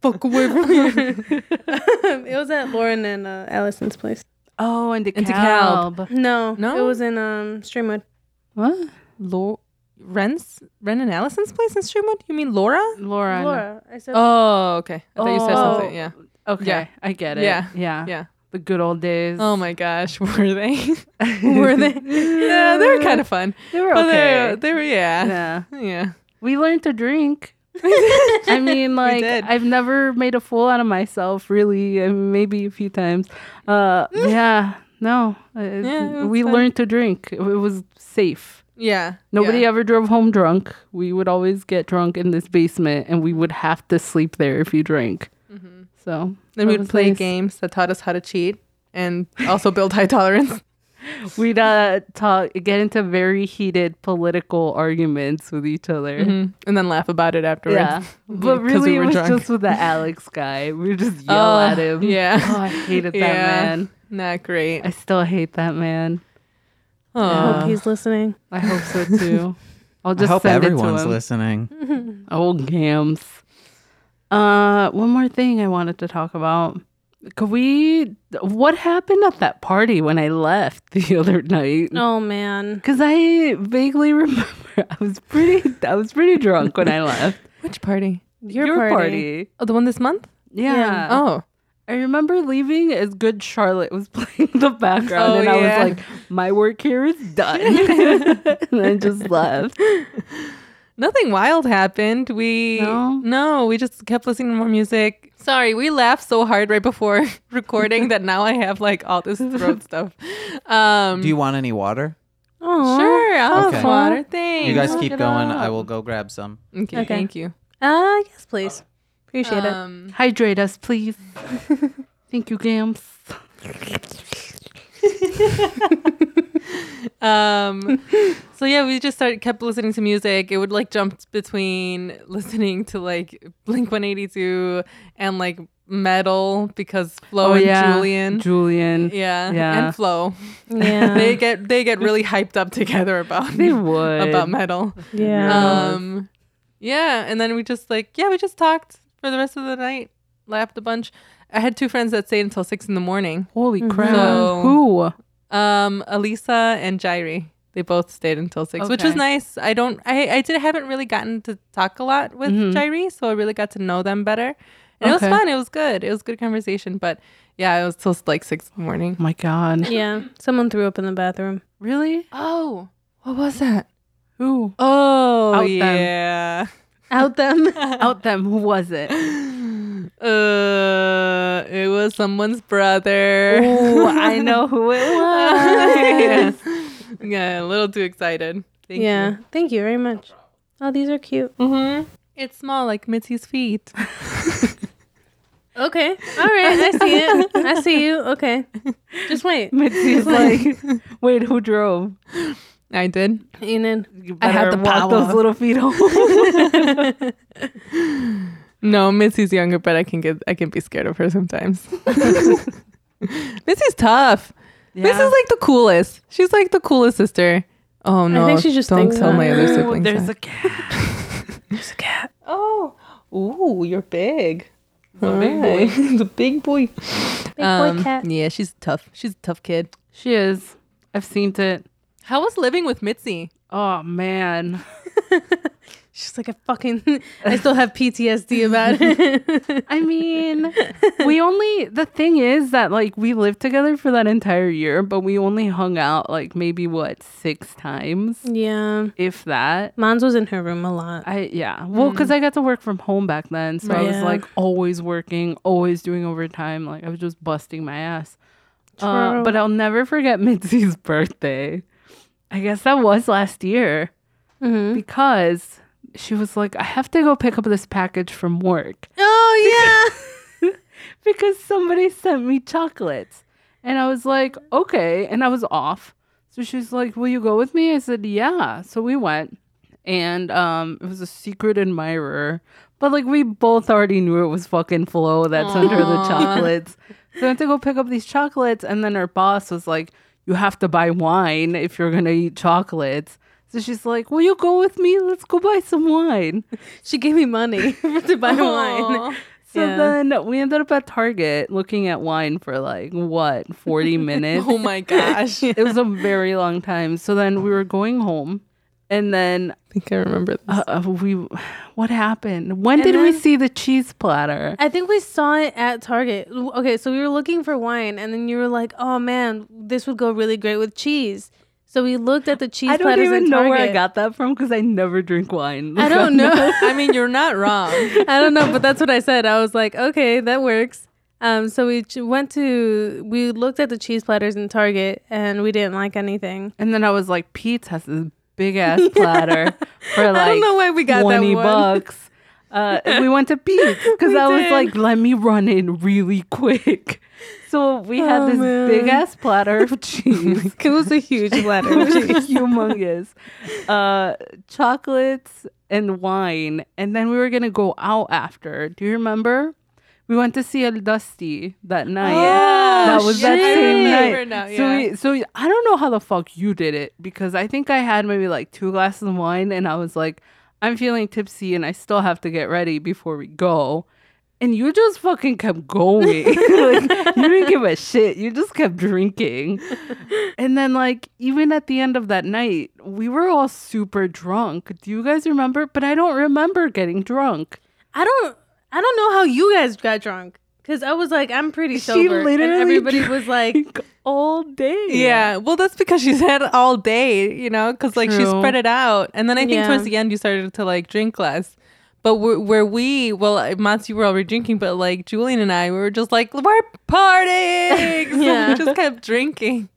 [SPEAKER 4] Fuck away from here.
[SPEAKER 2] [laughs] it was at Lauren and uh, Allison's place.
[SPEAKER 3] oh, and
[SPEAKER 4] And
[SPEAKER 3] DeKalb.
[SPEAKER 2] No,
[SPEAKER 4] No?
[SPEAKER 2] It was in um Streamwood.
[SPEAKER 3] What?
[SPEAKER 4] Lo- Ren's Ren and Allison's place in Streamwood? You mean Laura?
[SPEAKER 3] Laura.
[SPEAKER 2] Laura. I said
[SPEAKER 4] Oh, okay. I thought you said
[SPEAKER 3] Oh.
[SPEAKER 4] something. Yeah.
[SPEAKER 3] Okay.
[SPEAKER 4] Yeah.
[SPEAKER 3] I get it.
[SPEAKER 4] Yeah.
[SPEAKER 3] Yeah.
[SPEAKER 4] Yeah.
[SPEAKER 3] The good old days.
[SPEAKER 4] Oh my gosh, [laughs] were they? were [laughs] they? yeah, they were kind of fun.
[SPEAKER 3] They were
[SPEAKER 4] But they-
[SPEAKER 3] okay.
[SPEAKER 4] They, were, yeah.
[SPEAKER 3] yeah.
[SPEAKER 4] Yeah.
[SPEAKER 3] We learned to
[SPEAKER 4] [laughs]
[SPEAKER 3] drink. I mean, like
[SPEAKER 4] did.
[SPEAKER 3] I've never made a fool out of myself, really. I mean, maybe a few times. Uh, yeah, no, it-
[SPEAKER 4] Yeah, it was
[SPEAKER 3] we
[SPEAKER 4] fun.
[SPEAKER 3] learned to drink. It was safe.
[SPEAKER 4] Yeah.
[SPEAKER 3] Nobody
[SPEAKER 4] yeah.
[SPEAKER 3] ever drove home drunk. We would always get drunk in this basement, and we would have to sleep there if you drank. So
[SPEAKER 4] Mm-hmm. Then
[SPEAKER 3] that
[SPEAKER 4] we would
[SPEAKER 3] was
[SPEAKER 4] play
[SPEAKER 3] nice.
[SPEAKER 4] games that taught us how to cheat and also build high tolerance. [laughs]
[SPEAKER 3] We'd uh, talk, get into very heated political arguments with each other.
[SPEAKER 4] Mhm. And then laugh about it afterwards.
[SPEAKER 3] Yeah, [laughs] but
[SPEAKER 4] 'Cause we
[SPEAKER 3] really,
[SPEAKER 4] were
[SPEAKER 3] it was
[SPEAKER 4] drunk.
[SPEAKER 3] just with
[SPEAKER 4] [laughs]
[SPEAKER 3] the Alex guy. We would just yell
[SPEAKER 4] Oh,
[SPEAKER 3] at him.
[SPEAKER 4] yeah. [laughs]
[SPEAKER 3] oh, I hated that
[SPEAKER 4] Yeah.
[SPEAKER 3] man.
[SPEAKER 4] Not great. Oh.
[SPEAKER 3] I still hate that man.
[SPEAKER 2] I
[SPEAKER 4] Aw.
[SPEAKER 2] hope he's listening.
[SPEAKER 3] I hope so
[SPEAKER 4] [laughs]
[SPEAKER 3] too. I'll
[SPEAKER 1] I
[SPEAKER 3] just
[SPEAKER 1] hope
[SPEAKER 3] send it
[SPEAKER 1] everyone's
[SPEAKER 3] to him.
[SPEAKER 1] listening.
[SPEAKER 3] Old gams. Uh, one more thing I wanted to talk about. Could we? What happened at that party when I left [laughs] the other night?
[SPEAKER 2] Oh man.
[SPEAKER 3] Because I vaguely remember [laughs] I was pretty I was pretty drunk when I left.
[SPEAKER 4] Which party?
[SPEAKER 2] Your, party.
[SPEAKER 4] Oh, the one this month?
[SPEAKER 3] Yeah.
[SPEAKER 2] Yeah.
[SPEAKER 4] Oh.
[SPEAKER 3] I remember leaving as Good Charlotte was [laughs] playing the background
[SPEAKER 4] Oh,
[SPEAKER 3] and
[SPEAKER 4] yeah.
[SPEAKER 3] I was like, my work here is done. [laughs] and I just left.
[SPEAKER 4] Nothing wild happened. We
[SPEAKER 3] No?
[SPEAKER 4] we just kept listening to more music. Sorry, we laughed so hard right before [laughs] recording that now I have like all this throat stuff. Um
[SPEAKER 1] Do you want any water?
[SPEAKER 2] Oh
[SPEAKER 4] Sure, I'll
[SPEAKER 1] Okay.
[SPEAKER 4] have water. Thanks.
[SPEAKER 1] You guys
[SPEAKER 4] Look
[SPEAKER 1] keep
[SPEAKER 4] it
[SPEAKER 1] going.
[SPEAKER 4] up.
[SPEAKER 1] I will go grab some.
[SPEAKER 4] Okay,
[SPEAKER 2] Okay.
[SPEAKER 4] thank you.
[SPEAKER 2] Uh yes, please. Appreciate it.
[SPEAKER 4] Um,
[SPEAKER 3] Hydrate us, please. [laughs] Thank you, Gams.
[SPEAKER 4] um so yeah, we just started kept listening to music. It would like jump between listening to like Blink 182 and like metal because Flo Oh, and Julian.
[SPEAKER 3] Julian.
[SPEAKER 4] yeah.
[SPEAKER 3] Oh, Yeah.
[SPEAKER 4] And Flo. [laughs]
[SPEAKER 2] Yeah.
[SPEAKER 4] they get they get
[SPEAKER 3] [laughs]
[SPEAKER 4] really hyped up together about
[SPEAKER 3] Uh-huh. They would.
[SPEAKER 4] [laughs] about metal.
[SPEAKER 2] yeah.
[SPEAKER 3] Yeah.
[SPEAKER 4] Um, yeah, and then we just like yeah, we just talked for the rest of the night, laughed a bunch. I had two friends that stayed until six in the morning.
[SPEAKER 3] Holy crap.
[SPEAKER 4] So-
[SPEAKER 3] Mm-hmm. Who? Oh
[SPEAKER 4] Um, Elisa and Jairi. They both stayed until six, which was
[SPEAKER 3] Okay.
[SPEAKER 4] nice. I don't, I, I did haven't really gotten to talk a lot with
[SPEAKER 3] Mhm.
[SPEAKER 4] Jairi, so I really got to know them better. And it was
[SPEAKER 3] Okay.
[SPEAKER 4] fun. It was good. It was good conversation. But yeah, it was till like six in the morning.
[SPEAKER 3] Oh my God.
[SPEAKER 2] yeah. Someone threw up in the bathroom.
[SPEAKER 3] Really?
[SPEAKER 4] Oh, what was that?
[SPEAKER 3] Who?
[SPEAKER 4] Oh,
[SPEAKER 3] Out them.
[SPEAKER 4] yeah.
[SPEAKER 2] Out them.
[SPEAKER 3] [laughs] Out them. Who was
[SPEAKER 4] [laughs]
[SPEAKER 3] it?
[SPEAKER 4] Uh, it was someone's brother.
[SPEAKER 3] Oh, I know who it
[SPEAKER 4] yeah.
[SPEAKER 2] [laughs]
[SPEAKER 3] was.
[SPEAKER 4] [laughs] yeah, a little too excited. Thank
[SPEAKER 2] yeah.
[SPEAKER 4] you.
[SPEAKER 2] Thank you very much. Oh, these are cute.
[SPEAKER 4] Mm-hmm. It's small, like Mitzi's feet. [laughs]
[SPEAKER 2] Okay. All right. I see it. I see you. Okay. Just
[SPEAKER 4] [laughs]
[SPEAKER 2] wait.
[SPEAKER 3] Mitzi's like, wait, who drove?
[SPEAKER 4] I did.
[SPEAKER 2] Enid.
[SPEAKER 3] You
[SPEAKER 4] I had
[SPEAKER 3] better
[SPEAKER 4] the
[SPEAKER 3] walk
[SPEAKER 4] power.
[SPEAKER 3] those little feet
[SPEAKER 4] [laughs]
[SPEAKER 3] home.
[SPEAKER 4] No, Mitzi's younger, but I can get I can be scared of her
[SPEAKER 2] [laughs]
[SPEAKER 4] sometimes. Mitzi's tough. Mitzi's
[SPEAKER 3] Yeah.
[SPEAKER 4] like the coolest. She's like the coolest sister. Oh no!
[SPEAKER 2] think she just
[SPEAKER 4] don't
[SPEAKER 2] thinks
[SPEAKER 4] tell
[SPEAKER 2] that.
[SPEAKER 4] my other
[SPEAKER 3] Ooh,
[SPEAKER 4] siblings.
[SPEAKER 3] There's
[SPEAKER 4] that.
[SPEAKER 3] a cat.
[SPEAKER 4] [laughs]
[SPEAKER 2] There's a cat.
[SPEAKER 4] oh, ooh, you're big. The big boy. [laughs] the big boy.
[SPEAKER 2] Big boy cat.
[SPEAKER 4] Um, Yeah, she's tough. She's a tough kid.
[SPEAKER 3] She is. I've seen it.
[SPEAKER 4] How was living with Mitzi?
[SPEAKER 3] Oh man.
[SPEAKER 2] She's like a fucking. [laughs] I still have PTSD about it. [laughs]
[SPEAKER 3] I mean, we only the thing is that like we lived together for that entire year, but we only hung out like maybe what six times,
[SPEAKER 2] yeah.
[SPEAKER 3] if that.
[SPEAKER 2] Mons was in her room a lot.
[SPEAKER 3] I yeah. Well, because I got to work from home back then, so I was
[SPEAKER 2] Hmm. Yeah.
[SPEAKER 3] like always working, always doing overtime. Like I was just busting my ass. Uh,
[SPEAKER 2] True.
[SPEAKER 3] but I'll never forget [laughs] Mitzi's birthday. I guess that was last year
[SPEAKER 2] Mhm.
[SPEAKER 3] because she was like, I have to go pick up this package from work
[SPEAKER 2] Oh yeah.
[SPEAKER 3] because somebody sent me chocolates. And I was like, okay. And I was off. So she's like, will you go with me? I said, yeah. So we went. And um, it was a secret admirer. But like, we both already knew it was fucking Flo that's under the chocolates. So I had to go pick up these chocolates. And then her boss was like, you have to buy wine if you're going to eat chocolates. So she's like, will you go with me? Let's go buy some wine.
[SPEAKER 2] [laughs] She gave me money [laughs] to buy wine.
[SPEAKER 3] So
[SPEAKER 2] Yeah.
[SPEAKER 3] then we ended up at Target looking at wine for like what [laughs] 40 minutes.
[SPEAKER 4] [laughs] Oh my
[SPEAKER 2] [laughs]
[SPEAKER 4] gosh! I
[SPEAKER 3] It was a very long time. So then we were going home and then
[SPEAKER 4] think I remember this.
[SPEAKER 3] uh, uh, we what happened? When did we
[SPEAKER 2] then-
[SPEAKER 3] see the cheese platter?
[SPEAKER 2] I think we saw it at Target. L- Okay, so we were looking for wine, and then you were like, "Oh man, this would go really great with cheese." So we looked at the cheese.
[SPEAKER 3] I don't
[SPEAKER 2] platters in
[SPEAKER 3] even know where I
[SPEAKER 2] Target.
[SPEAKER 3] got that from because I never drink [laughs] wine.
[SPEAKER 2] I don't know.
[SPEAKER 4] I mean, you're not wrong.
[SPEAKER 2] [laughs] I don't know, but that's what I said. I was like, okay, that works. Um, so we ch- went to, we looked at the cheese platters in Target, and we didn't like anything.
[SPEAKER 3] And then I was like, Pete's has this [laughs] big ass platter for like
[SPEAKER 2] I don't know why we got that
[SPEAKER 3] 20
[SPEAKER 2] one. [laughs]
[SPEAKER 3] bucks. Uh, and we went to Pete's because
[SPEAKER 2] We
[SPEAKER 3] I was
[SPEAKER 2] did.
[SPEAKER 3] like, let me run in really quick. [laughs] So we had
[SPEAKER 2] Oh,
[SPEAKER 3] this
[SPEAKER 2] man.
[SPEAKER 3] big ass platter
[SPEAKER 2] [laughs]
[SPEAKER 3] of cheese. [laughs]
[SPEAKER 2] It was a huge letter.
[SPEAKER 3] It was humongous. Uh, chocolates and wine. And then we were going to go out after. Do you remember? We went to see El Dusty that night. that was that
[SPEAKER 2] Oh, shit.
[SPEAKER 3] same
[SPEAKER 2] I
[SPEAKER 3] night. So, we, so I don't know how the fuck you did it because I think I had maybe like two glasses of wine and I was like, I'm feeling tipsy and I still have to get ready before we go. And you just fucking kept going. [laughs] like, you didn't give a shit. You just kept drinking. And then, like, even at the end of that night, we were all super drunk. Do you guys remember? But I don't remember getting drunk.
[SPEAKER 2] I don't I don't know how you guys got drunk because I was like I'm pretty sober.
[SPEAKER 3] literally
[SPEAKER 2] and everybody was
[SPEAKER 3] [laughs]
[SPEAKER 2] like
[SPEAKER 3] Like, all day.
[SPEAKER 4] Yeah. Well, that's because she's had all day, you know, because like she
[SPEAKER 3] True.
[SPEAKER 4] spread it out. And then I think
[SPEAKER 2] Yeah.
[SPEAKER 4] towards the end, you started to like drink less. But where, where we, well, Mats, you were already drinking, but like Julian and I, we were just like, we're partying. So [laughs]
[SPEAKER 2] Yeah.
[SPEAKER 4] we just kept drinking.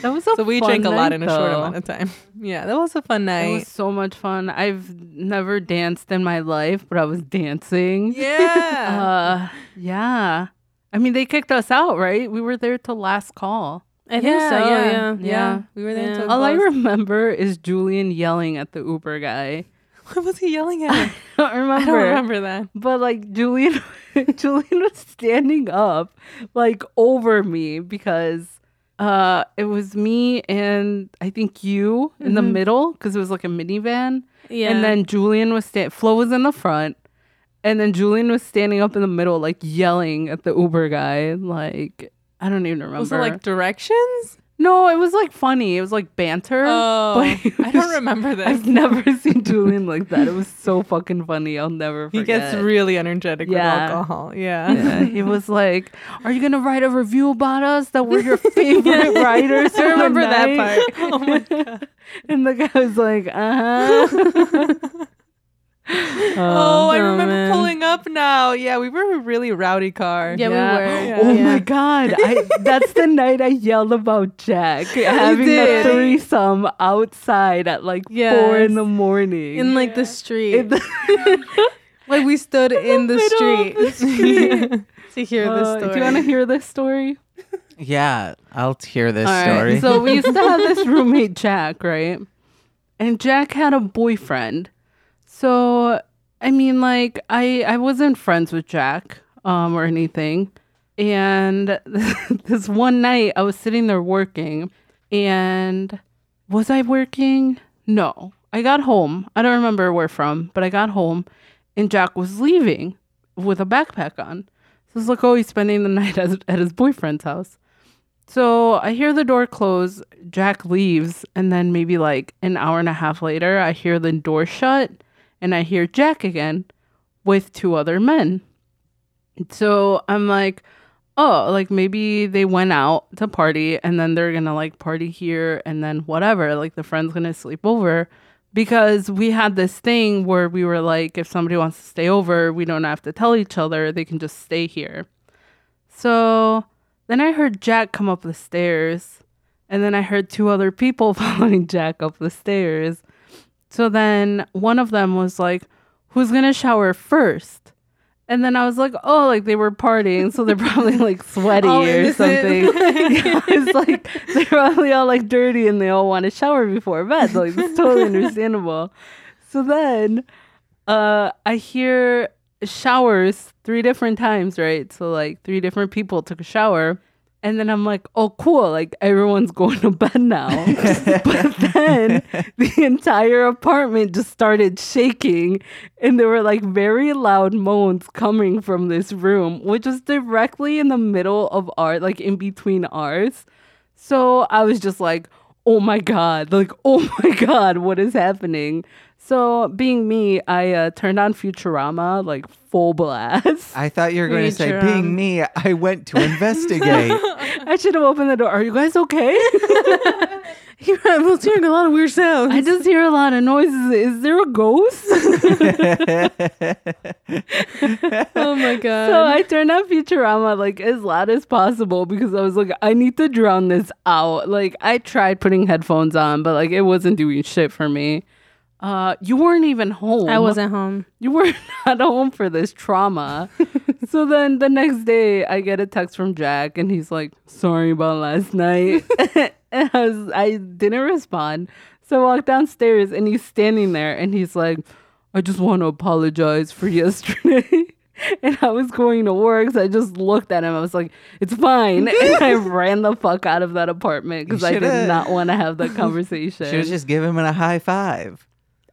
[SPEAKER 3] That was a
[SPEAKER 4] So we
[SPEAKER 3] fun
[SPEAKER 4] drank a lot
[SPEAKER 3] night,
[SPEAKER 4] in a short
[SPEAKER 3] though.
[SPEAKER 4] amount of time. [laughs] Yeah. That was a fun
[SPEAKER 3] It [laughs]
[SPEAKER 4] night.
[SPEAKER 3] was so much fun. I've never danced in my life, but I was dancing.
[SPEAKER 4] yeah.
[SPEAKER 3] Uh, yeah. I mean, they kicked us out, right? We were there till last call.
[SPEAKER 2] I think so. Yeah.
[SPEAKER 4] yeah. We were there
[SPEAKER 2] Yeah.
[SPEAKER 4] until
[SPEAKER 3] All I
[SPEAKER 4] close.
[SPEAKER 3] remember is Julian yelling at the Uber guy. [laughs]
[SPEAKER 4] [laughs] What was he yelling at?
[SPEAKER 3] I don't remember.
[SPEAKER 4] I don't remember that.
[SPEAKER 3] But like Julian, [laughs] Julian was standing up, like over me because uh, it was me and I think you in
[SPEAKER 4] Mm-hmm.
[SPEAKER 3] the middle because it was like a minivan.
[SPEAKER 2] Yeah.
[SPEAKER 3] And then Julian was stand. Flo was in the front, and then Julian was standing up in the middle, like yelling at the Uber guy. Like I don't even remember.
[SPEAKER 4] Was it like directions?
[SPEAKER 3] no, it was like funny. It was like banter.
[SPEAKER 4] [laughs] Oh,
[SPEAKER 3] [laughs] but it
[SPEAKER 4] I don't
[SPEAKER 3] was-
[SPEAKER 4] remember this.
[SPEAKER 3] I've never [laughs] seen Julian like that. It was so fucking funny. I'll never
[SPEAKER 4] [laughs] He
[SPEAKER 3] forget.
[SPEAKER 4] gets really energetic
[SPEAKER 3] Yeah.
[SPEAKER 4] with alcohol.
[SPEAKER 3] [laughs]
[SPEAKER 4] Yeah. [laughs]
[SPEAKER 3] Yeah, he was like, "Are you gonna write a review about us that we're
[SPEAKER 4] [laughs]
[SPEAKER 3] your favorite writers?"
[SPEAKER 2] I remember that
[SPEAKER 3] part. Oh
[SPEAKER 4] [laughs]
[SPEAKER 3] my god! and the guy was like, [laughs] "Uh huh."
[SPEAKER 4] Oh, I remember
[SPEAKER 2] man.
[SPEAKER 4] pulling up now. Yeah, we were a really rowdy car.
[SPEAKER 2] yeah,
[SPEAKER 3] Yeah.
[SPEAKER 2] we were.
[SPEAKER 3] Oh
[SPEAKER 2] yeah.
[SPEAKER 3] my god! I, that's
[SPEAKER 2] [laughs]
[SPEAKER 3] the night I yelled about Jack having a
[SPEAKER 2] did.
[SPEAKER 3] threesome outside at like four
[SPEAKER 2] Yes.
[SPEAKER 3] in the morning.
[SPEAKER 2] In like the street.
[SPEAKER 3] In the-
[SPEAKER 4] [laughs]
[SPEAKER 2] like we stood in the,
[SPEAKER 3] middle of
[SPEAKER 2] street,
[SPEAKER 3] the street.
[SPEAKER 2] Oh, to hear
[SPEAKER 3] Uh,
[SPEAKER 2] the story.
[SPEAKER 3] Do you want to hear this story?
[SPEAKER 1] Yeah, I'll hear this
[SPEAKER 3] All right.
[SPEAKER 1] story.
[SPEAKER 3] So we used to have this roommate, Jack, right? And Jack had a boyfriend. So I mean, like, I I wasn't friends with Jack um, or anything. And [laughs] this one night, I was sitting there working, and was I working? No, I got home. I don't remember where from, but I got home, and Jack was leaving with a backpack on. So it's like, oh, he's spending the [laughs] night at, at his boyfriend's house. So I hear the door close. Jack leaves, and then maybe like an hour and a half later, I hear the door shut, and I hear Jack again with two other men. So I'm like, oh, like maybe they went out to party, and then they're gonna like party here, and then whatever. Like the friend's gonna sleep over. Because we had this thing where we were like, if somebody wants to stay over, we don't have to tell each other. They can just stay here. So then I heard Jack come up the stairs, and then I heard two other people [laughs] following Jack up the stairs. So then one of them was like, Who's gonna shower first? And then I was like, Oh, like they were partying, so they're probably [laughs] like sweaty
[SPEAKER 2] All
[SPEAKER 3] or
[SPEAKER 2] innocent.
[SPEAKER 3] something. [laughs] Yeah, it's like they're probably all like dirty and they all want to shower before bed. Like it's
[SPEAKER 2] [laughs]
[SPEAKER 3] totally understandable. So then uh I hear showers three different times, right? So like three different people took a shower. And then I'm like, oh cool, like everyone's [laughs] going to bed now. but then the entire apartment just started shaking and there were like very loud moans coming from this room, which was directly in the middle of our like in between ours. So I was just like, oh my God, like, [laughs] oh my God, what is happening? So, being me, I uh, turned on Futurama like full [laughs] blast.
[SPEAKER 1] I thought you were going to say,
[SPEAKER 2] Futurama.
[SPEAKER 1] being me, I went to investigate.
[SPEAKER 3] I should have opened the door. Are [laughs] you guys okay?
[SPEAKER 2] You're almost hearing a lot of weird sounds.
[SPEAKER 3] I just hear a lot of noises. Is there a ghost?
[SPEAKER 2] [laughs] oh my
[SPEAKER 3] [laughs] [laughs]
[SPEAKER 2] god.
[SPEAKER 3] so I turned on Futurama like as loud as possible because I was like, I need to drown this out. Like I tried putting headphones on, but like it wasn't doing shit for me. Uh, you weren't even home.
[SPEAKER 2] I wasn't home.
[SPEAKER 3] You were [laughs] not home for this
[SPEAKER 4] [laughs]
[SPEAKER 3] trauma. so then the next day, I get a text from Jack, and he's like, "Sorry about last night." [laughs] and I, was, I didn't respond. So I walked downstairs, and he's standing there, and he's like, "I just want to apologize for [laughs] yesterday." and I was going to work, so I just looked at him. I was like, "It's fine," [laughs] and
[SPEAKER 4] [laughs]
[SPEAKER 3] I ran the fuck out of that apartment because I
[SPEAKER 1] shoulda.
[SPEAKER 3] did not want to
[SPEAKER 4] [laughs]
[SPEAKER 3] have that conversation.
[SPEAKER 1] Should just give him a high five.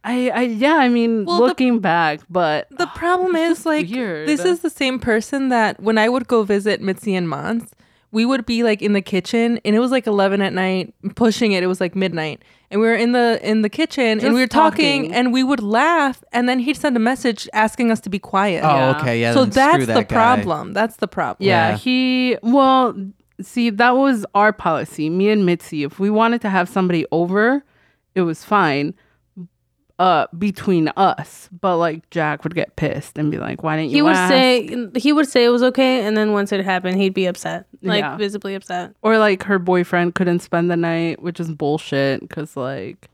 [SPEAKER 3] I, I, yeah, I mean,
[SPEAKER 4] Well, the-
[SPEAKER 3] looking back, but
[SPEAKER 4] The problem
[SPEAKER 3] [laughs]
[SPEAKER 4] is, like,
[SPEAKER 3] weird.
[SPEAKER 4] this is the same person that when I would go visit Mitzi and Mons, we would be like in the kitchen, and it was like eleven at night, pushing it. It was like midnight, and we were in the in the kitchen, and we were
[SPEAKER 3] Just
[SPEAKER 4] talking,
[SPEAKER 3] talking.
[SPEAKER 4] and we would laugh, and then he'd send a message asking us to be quiet.
[SPEAKER 3] Yeah.
[SPEAKER 1] Oh, okay, yeah.
[SPEAKER 4] so
[SPEAKER 1] then screw
[SPEAKER 4] that's
[SPEAKER 1] that
[SPEAKER 4] the
[SPEAKER 1] guy.
[SPEAKER 4] problem. [laughs] That's the problem.
[SPEAKER 3] Yeah,
[SPEAKER 1] Yeah.
[SPEAKER 3] he well, see, that was our policy, me and Mitzi. If we wanted to have somebody over, it was fine uh between us. But like Jack would get pissed and be like, Why didn't you
[SPEAKER 2] He would
[SPEAKER 3] ask?"
[SPEAKER 2] say he would say it was okay, and then once it happened, he'd be upset, like
[SPEAKER 3] Yeah.
[SPEAKER 2] visibly upset.
[SPEAKER 3] or like her boyfriend couldn't spend the night, which is bullshit because like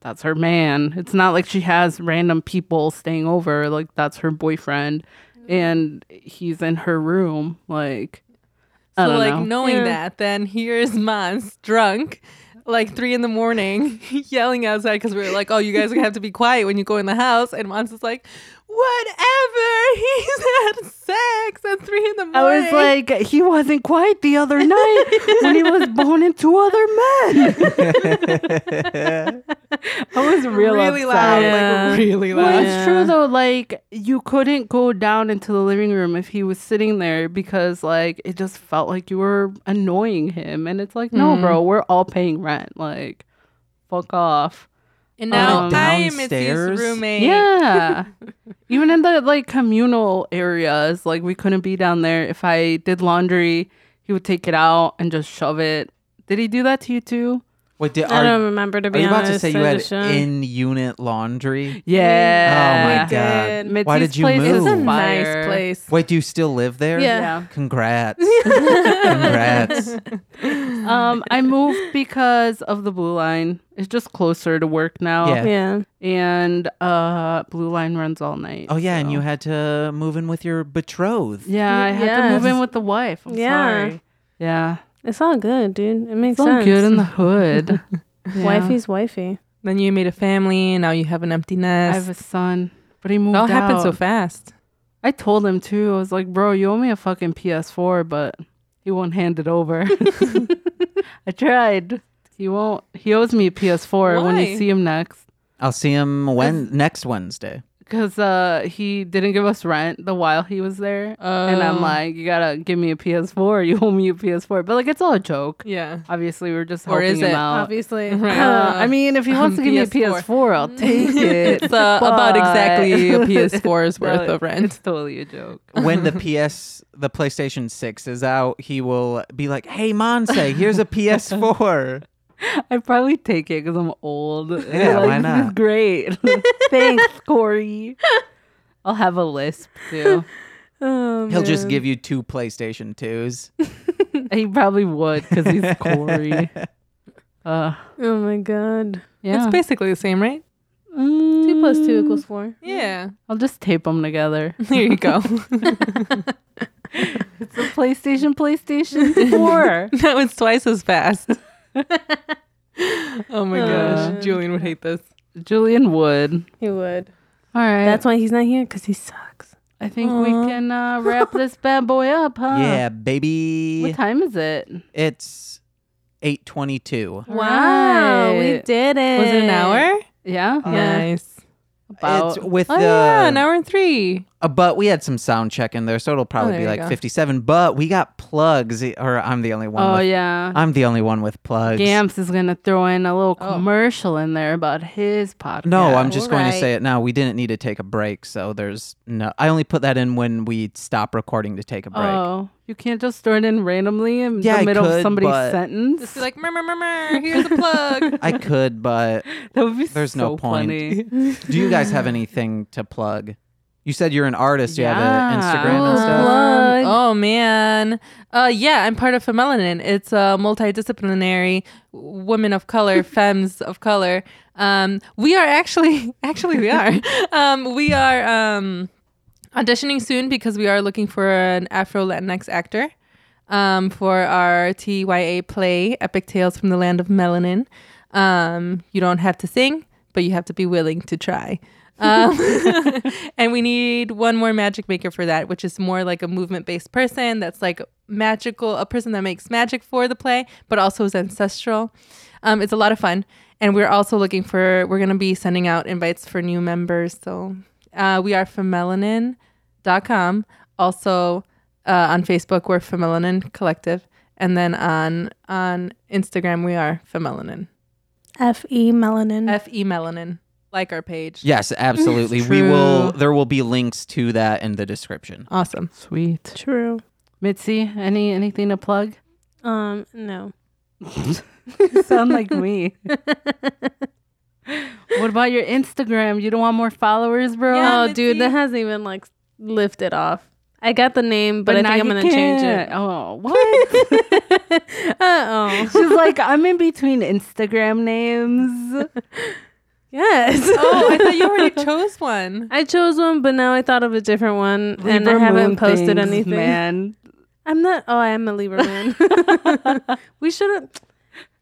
[SPEAKER 3] that's her man. It's not like she has random people staying over, like that's her boyfriend and he's in her room, like I
[SPEAKER 4] So
[SPEAKER 3] don't
[SPEAKER 4] like
[SPEAKER 3] know.
[SPEAKER 4] knowing
[SPEAKER 2] Yeah.
[SPEAKER 4] that, then here's Mons drunk, like three in the morning, [laughs] yelling outside because we were like, "Oh, you guys are gonna have to be quiet when you go in the house." And Mons is like, "Whatever, [laughs] he's had sex at three in the morning."
[SPEAKER 3] I was like, he wasn't quiet the other night [laughs] when he was boning two other men. I was real
[SPEAKER 4] really loud,
[SPEAKER 3] upset.
[SPEAKER 2] Yeah.
[SPEAKER 4] like really
[SPEAKER 3] Well,
[SPEAKER 4] loud.
[SPEAKER 3] it's true though. Like you couldn't go down into the living room if he was sitting there because like it just felt like you were annoying him, and it's like, no, bro, we're all paying rent. Like, fuck off.
[SPEAKER 4] And now
[SPEAKER 3] now
[SPEAKER 4] I am
[SPEAKER 1] downstairs?
[SPEAKER 4] Mitzi's roommate.
[SPEAKER 3] Yeah. Even in the like communal areas, like we couldn't be down there. If I did laundry, he would take it out and just shove it. Did he do that to you too?
[SPEAKER 1] [laughs] Wait, did,
[SPEAKER 2] I
[SPEAKER 1] are-
[SPEAKER 2] don't remember to
[SPEAKER 1] Are
[SPEAKER 2] be
[SPEAKER 1] you about
[SPEAKER 2] honest.
[SPEAKER 1] to say
[SPEAKER 2] I
[SPEAKER 1] you had
[SPEAKER 2] just don't.
[SPEAKER 1] in-unit laundry?
[SPEAKER 3] Yeah.
[SPEAKER 1] Oh my god!
[SPEAKER 2] did.
[SPEAKER 3] Mitzi's
[SPEAKER 1] Why did you
[SPEAKER 3] place is
[SPEAKER 1] move?
[SPEAKER 4] it's a
[SPEAKER 1] Ooh.
[SPEAKER 3] fire.
[SPEAKER 4] nice place.
[SPEAKER 1] Wait, do you still live there?
[SPEAKER 2] Yeah.
[SPEAKER 3] Yeah.
[SPEAKER 4] [laughs]
[SPEAKER 1] Congrats. Congrats.
[SPEAKER 3] Um, I moved because of the blue line. It's just closer to work now.
[SPEAKER 1] Yeah.
[SPEAKER 2] yeah,
[SPEAKER 3] And uh blue line runs all night.
[SPEAKER 1] Oh yeah, and you
[SPEAKER 3] so-
[SPEAKER 1] had to move in with your betrothed.
[SPEAKER 3] Yeah, I had to move
[SPEAKER 2] Yes.
[SPEAKER 3] in with the wife. I'm
[SPEAKER 2] Yeah.
[SPEAKER 3] sorry. Yeah.
[SPEAKER 2] it's all good, dude. It makes
[SPEAKER 3] It's all
[SPEAKER 2] sense.
[SPEAKER 3] good in the hood. Yeah.
[SPEAKER 2] Wifey's wifey.
[SPEAKER 4] Then you made a family. Now you have an empty
[SPEAKER 3] I
[SPEAKER 4] nest.
[SPEAKER 3] have a son, but he moved
[SPEAKER 4] it all
[SPEAKER 3] out.
[SPEAKER 4] happened so fast.
[SPEAKER 3] I told him too. I was like, "Bro, you owe me a fucking PS4, but he won't hand it
[SPEAKER 4] [laughs]
[SPEAKER 3] over." [laughs] I tried. He won't. He owes me a PS4 when
[SPEAKER 4] Why?
[SPEAKER 3] you see him next,
[SPEAKER 1] I'll see him when next Wednesday.
[SPEAKER 3] because uh, he didn't give us rent the while he was there, and
[SPEAKER 4] Oh.
[SPEAKER 3] I'm like, "You gotta give me a PS4. [laughs] You owe me a PS4." But like, it's all a joke.
[SPEAKER 4] Yeah.
[SPEAKER 3] Obviously, we are just
[SPEAKER 4] Or
[SPEAKER 3] helping
[SPEAKER 4] is
[SPEAKER 3] him
[SPEAKER 4] it?
[SPEAKER 3] out.
[SPEAKER 2] Obviously,
[SPEAKER 3] Uh, [laughs] I mean, if he wants to give
[SPEAKER 4] [laughs]
[SPEAKER 3] me a PS4, I'll take it.
[SPEAKER 4] It's uh, about
[SPEAKER 3] But-
[SPEAKER 4] exactly
[SPEAKER 3] [laughs]
[SPEAKER 4] a PS4's worth
[SPEAKER 3] No,
[SPEAKER 4] of rent.
[SPEAKER 3] It's totally a joke. [laughs]
[SPEAKER 1] When
[SPEAKER 4] [laughs]
[SPEAKER 1] the PS, the PlayStation Six is out, he will be like, "Hey, Monse, here's a
[SPEAKER 4] [laughs]
[SPEAKER 1] PS4."
[SPEAKER 3] I probably take it because I'm old. And [laughs]
[SPEAKER 1] Yeah,
[SPEAKER 3] like,
[SPEAKER 1] why
[SPEAKER 3] This is
[SPEAKER 1] not?"
[SPEAKER 3] great. [laughs] Thanks, Corey. I'll have a lisp too.
[SPEAKER 2] Oh,
[SPEAKER 1] He'll just
[SPEAKER 2] man.
[SPEAKER 1] give you two PlayStation Twos.
[SPEAKER 4] Uh,
[SPEAKER 3] he probably would
[SPEAKER 1] [laughs]
[SPEAKER 3] because he's Corey. Uh,
[SPEAKER 2] Oh my god.
[SPEAKER 3] yeah.
[SPEAKER 4] It's basically the same, right?
[SPEAKER 2] Two plus two
[SPEAKER 3] Mm,
[SPEAKER 2] equals four.
[SPEAKER 4] Yeah.
[SPEAKER 3] I'll just tape them together.
[SPEAKER 4] [laughs] There you [laughs] go.
[SPEAKER 3] It's a PlayStation, [laughs] PlayStation Four.
[SPEAKER 4] that was twice as [laughs] fast. oh my
[SPEAKER 2] Uh.
[SPEAKER 4] gosh. Julian would hate this.
[SPEAKER 3] Julian Wood.
[SPEAKER 2] He would.
[SPEAKER 3] All right.
[SPEAKER 2] That's why he's not here because he sucks.
[SPEAKER 3] I think we
[SPEAKER 4] Aw.
[SPEAKER 3] can uh, wrap this bad boy up, huh?
[SPEAKER 1] Yeah, baby.
[SPEAKER 3] What time is it?
[SPEAKER 1] It's eight twenty-two.
[SPEAKER 2] Wow, we
[SPEAKER 3] Right.
[SPEAKER 2] did it.
[SPEAKER 4] Was it an hour?
[SPEAKER 3] Yeah.
[SPEAKER 4] Eh. Nice.
[SPEAKER 1] It's
[SPEAKER 3] About.
[SPEAKER 1] with
[SPEAKER 4] Oh
[SPEAKER 1] the
[SPEAKER 4] yeah, an hour and three.
[SPEAKER 1] Uh, but we had some sound check in there, so it'll probably
[SPEAKER 4] Oh, there
[SPEAKER 1] be
[SPEAKER 4] you
[SPEAKER 1] like
[SPEAKER 4] go.
[SPEAKER 1] 57. But we got plugs, or I'm the only one.
[SPEAKER 3] Oh
[SPEAKER 1] with,
[SPEAKER 3] yeah.
[SPEAKER 1] I'm the only one with plugs.
[SPEAKER 3] Gams is gonna throw in a little
[SPEAKER 4] Oh.
[SPEAKER 3] commercial in there about his podcast.
[SPEAKER 1] No, I'm just going to
[SPEAKER 4] alright.
[SPEAKER 1] say it now. We didn't need to take a break, so there's no. I only put that in when we stop recording to take a break.
[SPEAKER 3] Oh, You can't just throw it in randomly in
[SPEAKER 1] Yeah, I
[SPEAKER 3] the middle
[SPEAKER 1] could,
[SPEAKER 3] of somebody's
[SPEAKER 1] but-
[SPEAKER 4] Just
[SPEAKER 3] sentence.
[SPEAKER 4] be like, mer, mer, mer, mer, here's a [laughs] plug.
[SPEAKER 1] I could,
[SPEAKER 2] [laughs]
[SPEAKER 1] but
[SPEAKER 3] that would be
[SPEAKER 1] There's
[SPEAKER 3] so
[SPEAKER 1] no point. [laughs]
[SPEAKER 3] funny.
[SPEAKER 1] do you guys have anything to plug? You said you're an artist. You have an
[SPEAKER 3] Yeah.
[SPEAKER 1] Instagram and stuff.
[SPEAKER 2] Plug.
[SPEAKER 4] oh man. Uh, yeah, I'm part of Femelanin. It's a multidisciplinary women of color, femmes of color. Um, we are actually, [laughs] actually we are. um, we are um, auditioning soon because we are looking for an Afro Latinx actor. um, for our TYA play, Epic Tales from the Land of Melanin. Um, you don't have to sing, but you have to be willing to try. Um, [laughs] and we need one more magic maker for that, which is more like a movement based person that's like magical, a person that makes magic for the play, but also is ancestral. Um, it's a lot of fun. And we're also looking for, we're going to be sending out invites for new members. So uh, we are from melanin.com. Also, uh, on Facebook we're Femelanin Collective, and then on on Instagram we are Femelanin.
[SPEAKER 2] F E melanin.
[SPEAKER 4] F E Melanin. Like our page.
[SPEAKER 1] Yes, absolutely. we will. There will be links to that in the description.
[SPEAKER 4] Awesome.
[SPEAKER 3] Sweet.
[SPEAKER 2] True.
[SPEAKER 3] Mitzi, any anything to plug?
[SPEAKER 2] Um. No.
[SPEAKER 3] Sound like
[SPEAKER 2] [laughs]
[SPEAKER 3] me. what about your Instagram? You don't want more followers, bro?
[SPEAKER 4] Yeah,
[SPEAKER 2] oh, dude, that
[SPEAKER 4] Mitzi.
[SPEAKER 2] hasn't even like lifted off. I got the name, but, I think I'm
[SPEAKER 3] you
[SPEAKER 2] gonna change
[SPEAKER 3] can't.
[SPEAKER 2] it.
[SPEAKER 3] Oh,
[SPEAKER 2] [laughs]
[SPEAKER 3] what?
[SPEAKER 2] uh oh.
[SPEAKER 3] She's like, I'm in between Instagram names.
[SPEAKER 2] Yes.
[SPEAKER 4] Oh, I thought you
[SPEAKER 2] [laughs]
[SPEAKER 1] [laughs]
[SPEAKER 4] already chose one.
[SPEAKER 2] I chose one, but now I thought of a different one, and I
[SPEAKER 3] Libra moon
[SPEAKER 2] haven't posted
[SPEAKER 3] things,
[SPEAKER 2] anything.
[SPEAKER 3] Man.
[SPEAKER 2] I'm not. Oh, I am a Libra [laughs] man. we should have.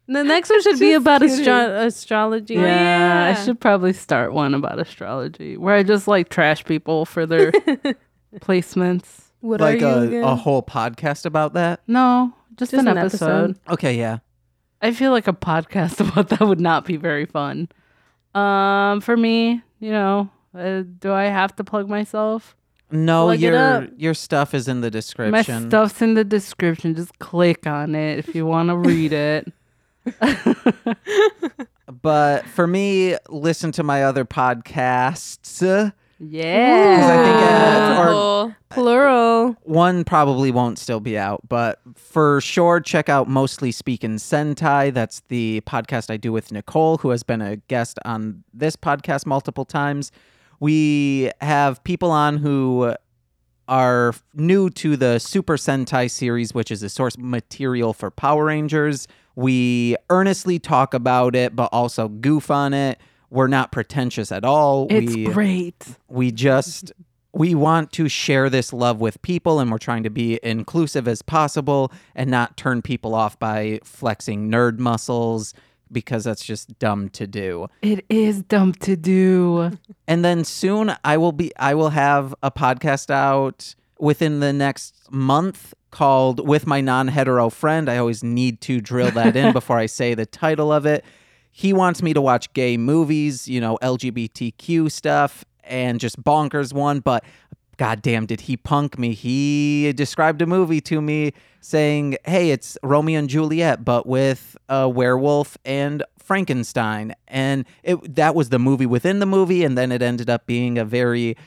[SPEAKER 2] The next one should be about astro- astrology.
[SPEAKER 3] Yeah,
[SPEAKER 4] yeah.
[SPEAKER 3] I should probably start one about astrology where I just like trash people for their placements.
[SPEAKER 2] What
[SPEAKER 1] like
[SPEAKER 2] are you
[SPEAKER 1] a,
[SPEAKER 2] again?
[SPEAKER 1] a whole podcast about that.
[SPEAKER 3] No, just,
[SPEAKER 2] Just
[SPEAKER 3] an,
[SPEAKER 2] an
[SPEAKER 3] episode.
[SPEAKER 2] episode.
[SPEAKER 1] Okay, yeah.
[SPEAKER 3] I feel like a podcast [laughs] about that would not be very fun. Um, for me, you know, uh, do I have to plug myself?
[SPEAKER 1] No,
[SPEAKER 2] Plug it
[SPEAKER 1] your
[SPEAKER 2] up.
[SPEAKER 1] your stuff is in the
[SPEAKER 3] My
[SPEAKER 1] description.
[SPEAKER 3] stuff's in the description. Just click on it if you want to read it. [laughs]
[SPEAKER 1] But for me, listen to my other podcasts. Uh,
[SPEAKER 3] Yeah.
[SPEAKER 1] 'Cause I think, uh, or-
[SPEAKER 4] Cool.
[SPEAKER 2] plural.
[SPEAKER 1] One probably won't still be out, but for sure, check out Mostly Speaking Sentai. That's the podcast I do with Nicole, who has been a guest on this podcast multiple times. We have people on who are new to the Super Sentai series, which is the source material for Power Rangers. We earnestly talk about it, but also goof on it. We're not pretentious at all.
[SPEAKER 3] it's
[SPEAKER 1] we,
[SPEAKER 3] great.
[SPEAKER 1] we just we want to share this love with people and we're trying to be inclusive as possible and not turn people off by flexing nerd muscles because that's just dumb to do.
[SPEAKER 3] It is dumb to do.
[SPEAKER 1] And then soon I will be I will have a podcast out within the next month called With My Non-Hetero Friend. I always need to drill that in before I say the title of it. He wants me to watch gay movies, you know, LGBTQ stuff and just bonkers one, but goddamn did he punk me. He described a movie to me saying, "Hey, it's Romeo and Juliet but with a werewolf and Frankenstein." And it that was the movie within the movie and then it ended up being a very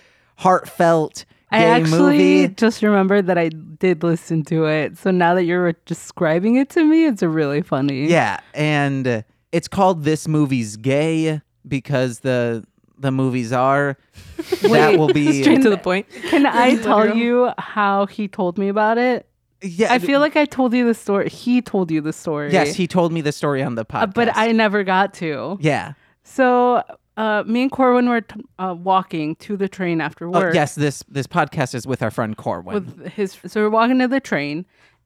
[SPEAKER 1] heartfelt
[SPEAKER 3] I
[SPEAKER 1] gay
[SPEAKER 3] actually
[SPEAKER 1] movie.
[SPEAKER 3] just remembered that I did listen to it. So now that you're describing it to me, it's really funny.
[SPEAKER 1] Yeah, and uh, it's called "This Movie's Gay" because the the movies are.
[SPEAKER 3] [laughs]
[SPEAKER 1] that will
[SPEAKER 4] Straight
[SPEAKER 1] be.
[SPEAKER 4] to the point.
[SPEAKER 3] Can I tell
[SPEAKER 4] Literal.
[SPEAKER 3] you how he told me about it?
[SPEAKER 1] Yeah,
[SPEAKER 3] I feel like I told you the story. He told you the story.
[SPEAKER 1] Yes, he told me the story on the podcast.
[SPEAKER 3] Uh, but I never got to.
[SPEAKER 1] Yeah.
[SPEAKER 3] So uh, me and Corwin were t- uh, walking to the train after
[SPEAKER 1] Oh,
[SPEAKER 3] work.
[SPEAKER 1] yes, this this podcast is with our friend Corwin. [laughs]
[SPEAKER 3] with his so we're walking to the train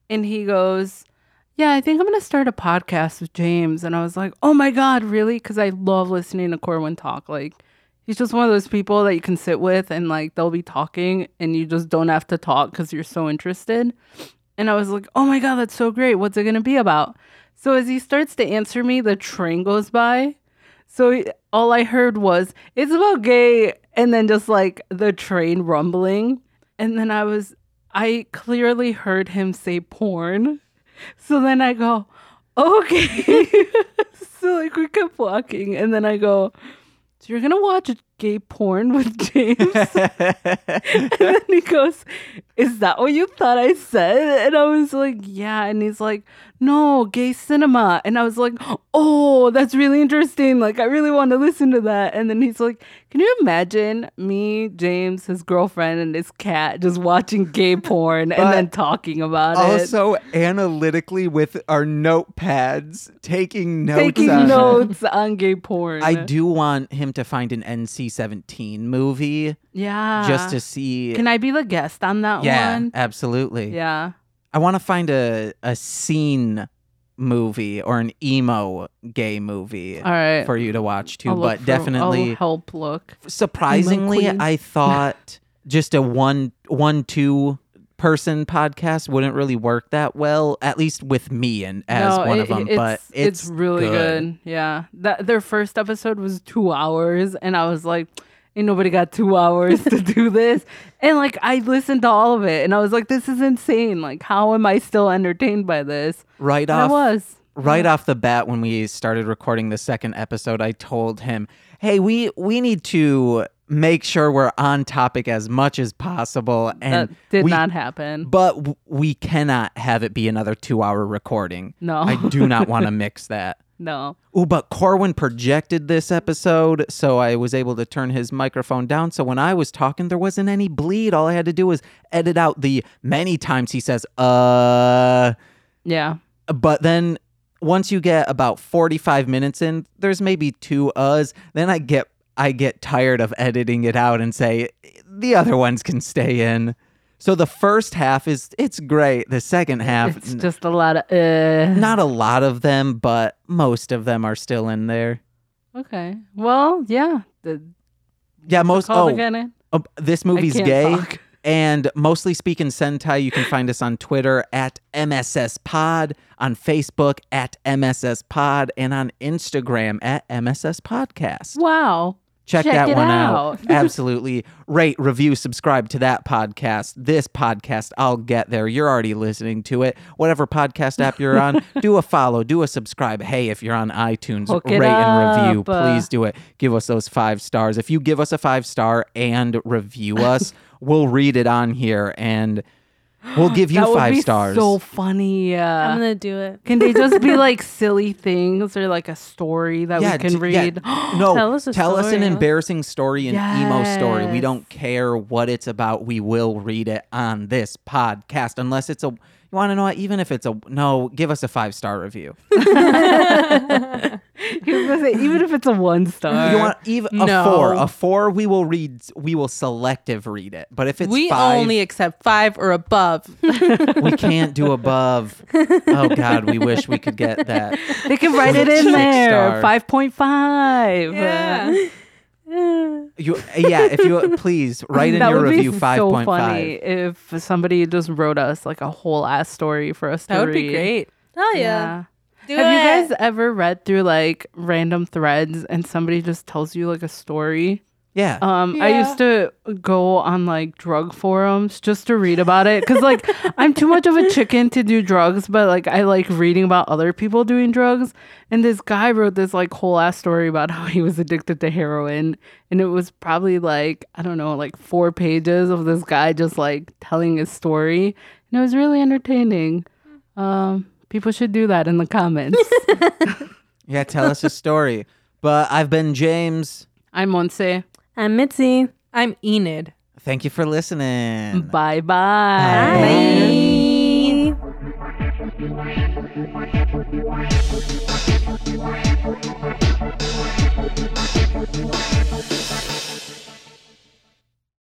[SPEAKER 3] and he goes yeah i think i'm going to start a podcast with james and i was like oh my god really because i love listening to corwin talk like he's just one of those people that you can sit with and like they'll be talking and you just don't have to talk because you're so interested and i was like oh my god that's so great what's it going to be about so as he starts to answer me the train goes by so he- all I heard was, it's about gay, and then just like the train rumbling. And then I was, I clearly heard him say porn. So then I go, [laughs] okay. so like we kept walking, and then I go, so you're gonna watch gay porn with James. [laughs] and then he goes, Is that what you thought I said? And I was like, Yeah. And he's like, No, gay cinema. And I was like, Oh, that's really interesting. Like, I really want to listen to that. And then he's like, Can you imagine me, James, his girlfriend, and his cat just watching
[SPEAKER 1] [laughs]
[SPEAKER 3] gay porn
[SPEAKER 1] But
[SPEAKER 3] and then talking about it?
[SPEAKER 1] also analytically with our notepads taking notes
[SPEAKER 3] Taking
[SPEAKER 1] on it.
[SPEAKER 3] notes on gay porn.
[SPEAKER 1] I do want him to find an NC-17 movie
[SPEAKER 3] Yeah.
[SPEAKER 1] just to see
[SPEAKER 3] Uh, Can I be the guest on that
[SPEAKER 1] Yeah,
[SPEAKER 3] one?
[SPEAKER 1] absolutely.
[SPEAKER 3] Yeah.
[SPEAKER 1] I want to find a a scene movie or an emo gay movie
[SPEAKER 3] All right.
[SPEAKER 1] for you to watch too,
[SPEAKER 3] I'll look
[SPEAKER 1] but
[SPEAKER 3] for-
[SPEAKER 1] definitely
[SPEAKER 3] I'll help look.
[SPEAKER 1] surprisingly
[SPEAKER 3] Emo queen. [laughs]
[SPEAKER 1] i thought just a one one two person podcast wouldn't really work that well at least with me and as
[SPEAKER 3] No,
[SPEAKER 1] one
[SPEAKER 3] it-
[SPEAKER 1] of them
[SPEAKER 3] it's,
[SPEAKER 1] but
[SPEAKER 3] it's,
[SPEAKER 1] it's,
[SPEAKER 3] really
[SPEAKER 1] good.
[SPEAKER 3] good. Yeah, that their first episode was two hours, and I was like, "Ain't nobody got two hours to
[SPEAKER 1] [laughs]
[SPEAKER 3] do this." And like, I listened to all of it, and I was like, "This is insane! Like, how am I still entertained by this?"
[SPEAKER 1] right
[SPEAKER 3] And I
[SPEAKER 1] off
[SPEAKER 3] was.
[SPEAKER 1] right off the bat when we started recording the second episode i told him hey we we need to make sure we're on topic as much as possible and
[SPEAKER 3] That did
[SPEAKER 1] we-
[SPEAKER 3] not happen.
[SPEAKER 1] [laughs] but w- we cannot have it be another two hour recording
[SPEAKER 3] No.
[SPEAKER 1] i do not want to mix that
[SPEAKER 3] [laughs] No.
[SPEAKER 1] Ooh, but Corwin projected this episode, so I was able to turn his microphone down. So when I was talking, there wasn't any bleed. All I had to do was edit out the many times he says, uh.
[SPEAKER 3] Yeah.
[SPEAKER 1] But then once you get about 45 minutes in, there's maybe two uhs. Then I get. I get tired of editing it out and say the other ones can stay in. So the first half is it's great. The second half
[SPEAKER 3] It's just a lot of. Uh.
[SPEAKER 1] not a lot of them, but most of them are still in there.
[SPEAKER 3] Okay. Well, yeah. The,
[SPEAKER 1] Yeah, most.
[SPEAKER 3] call
[SPEAKER 1] Oh,
[SPEAKER 3] again.
[SPEAKER 1] uh, this
[SPEAKER 3] I
[SPEAKER 1] movie's
[SPEAKER 3] can't
[SPEAKER 1] gay.
[SPEAKER 3] talk.
[SPEAKER 1] And mostly speaking Sentai, you can find us on Twitter at MSS Pod, on Facebook at MSS Pod, and on Instagram at MSS Podcast.
[SPEAKER 3] Wow.
[SPEAKER 1] Check,
[SPEAKER 3] Check
[SPEAKER 1] that
[SPEAKER 3] it
[SPEAKER 1] one out.
[SPEAKER 3] out. [laughs]
[SPEAKER 1] Absolutely. Rate, review, subscribe to that podcast. This podcast, I'll get there. You're already listening to it. Whatever podcast app you're
[SPEAKER 3] [laughs]
[SPEAKER 1] on, do a follow, do a subscribe. Hey, if you're on iTunes,
[SPEAKER 3] Hook it
[SPEAKER 1] rate and review.
[SPEAKER 3] up. Uh,
[SPEAKER 1] Please do it. Give us those five stars. If you give us a five star and review
[SPEAKER 3] [laughs]
[SPEAKER 1] us, we'll read it on here and
[SPEAKER 3] [gasps]
[SPEAKER 1] we'll give you
[SPEAKER 3] that would
[SPEAKER 1] five
[SPEAKER 3] be
[SPEAKER 1] stars.
[SPEAKER 3] So funny. Uh,
[SPEAKER 2] I'm gonna do it.
[SPEAKER 3] Can they just be like silly things or like a story that we
[SPEAKER 1] d-
[SPEAKER 3] can read? [gasps]
[SPEAKER 1] no,
[SPEAKER 2] Tell us a
[SPEAKER 1] an
[SPEAKER 2] story.
[SPEAKER 1] embarrassing story, an emo story. We
[SPEAKER 3] Yes.
[SPEAKER 1] don't care what it's about. We will read it on this podcast, unless it's a. You want to know what? Even if it's a no, give us a five star
[SPEAKER 3] [laughs]
[SPEAKER 1] review.
[SPEAKER 3] He was gonna say, even if it's a one star.
[SPEAKER 1] you want even a
[SPEAKER 4] No.
[SPEAKER 1] four? A four? We will read. We will selective read it. But if it's
[SPEAKER 4] we
[SPEAKER 1] five,
[SPEAKER 4] only accept five or above.
[SPEAKER 3] [laughs]
[SPEAKER 1] we can't do above. oh God, we wish we could get that.
[SPEAKER 3] they can write
[SPEAKER 1] [laughs]
[SPEAKER 3] it
[SPEAKER 1] Six
[SPEAKER 3] in there.
[SPEAKER 1] star.
[SPEAKER 3] Five point five.
[SPEAKER 1] You yeah. If you please write in
[SPEAKER 3] that
[SPEAKER 1] your
[SPEAKER 3] would
[SPEAKER 1] review
[SPEAKER 3] be
[SPEAKER 1] five
[SPEAKER 3] so
[SPEAKER 1] point five.
[SPEAKER 3] funny if somebody just wrote us like a whole ass story for us
[SPEAKER 4] [laughs] That
[SPEAKER 3] to
[SPEAKER 4] would be
[SPEAKER 3] read.
[SPEAKER 4] great.
[SPEAKER 2] Oh
[SPEAKER 3] Yeah.
[SPEAKER 2] Do
[SPEAKER 3] Have
[SPEAKER 2] it.
[SPEAKER 3] you guys ever read through like random threads and somebody just tells you like a story?
[SPEAKER 1] Yeah.
[SPEAKER 3] Um, I used to go on like drug forums just to read about it because like [laughs] I'm too much of a chicken to do drugs, but like I like reading about other people doing drugs. And this guy wrote this like whole ass story about [laughs] how he was addicted to heroin, and it was probably like I don't know, like four pages of this guy just like telling his story, and it was really entertaining. Um, people should do that in the comments.
[SPEAKER 1] yeah. Tell us a story. But I've been James.
[SPEAKER 3] I'm Monse.
[SPEAKER 2] I'm Mitzi.
[SPEAKER 4] I'm Enid.
[SPEAKER 1] Thank you for listening.
[SPEAKER 3] Bye bye.
[SPEAKER 1] Bye.
[SPEAKER 2] Bye.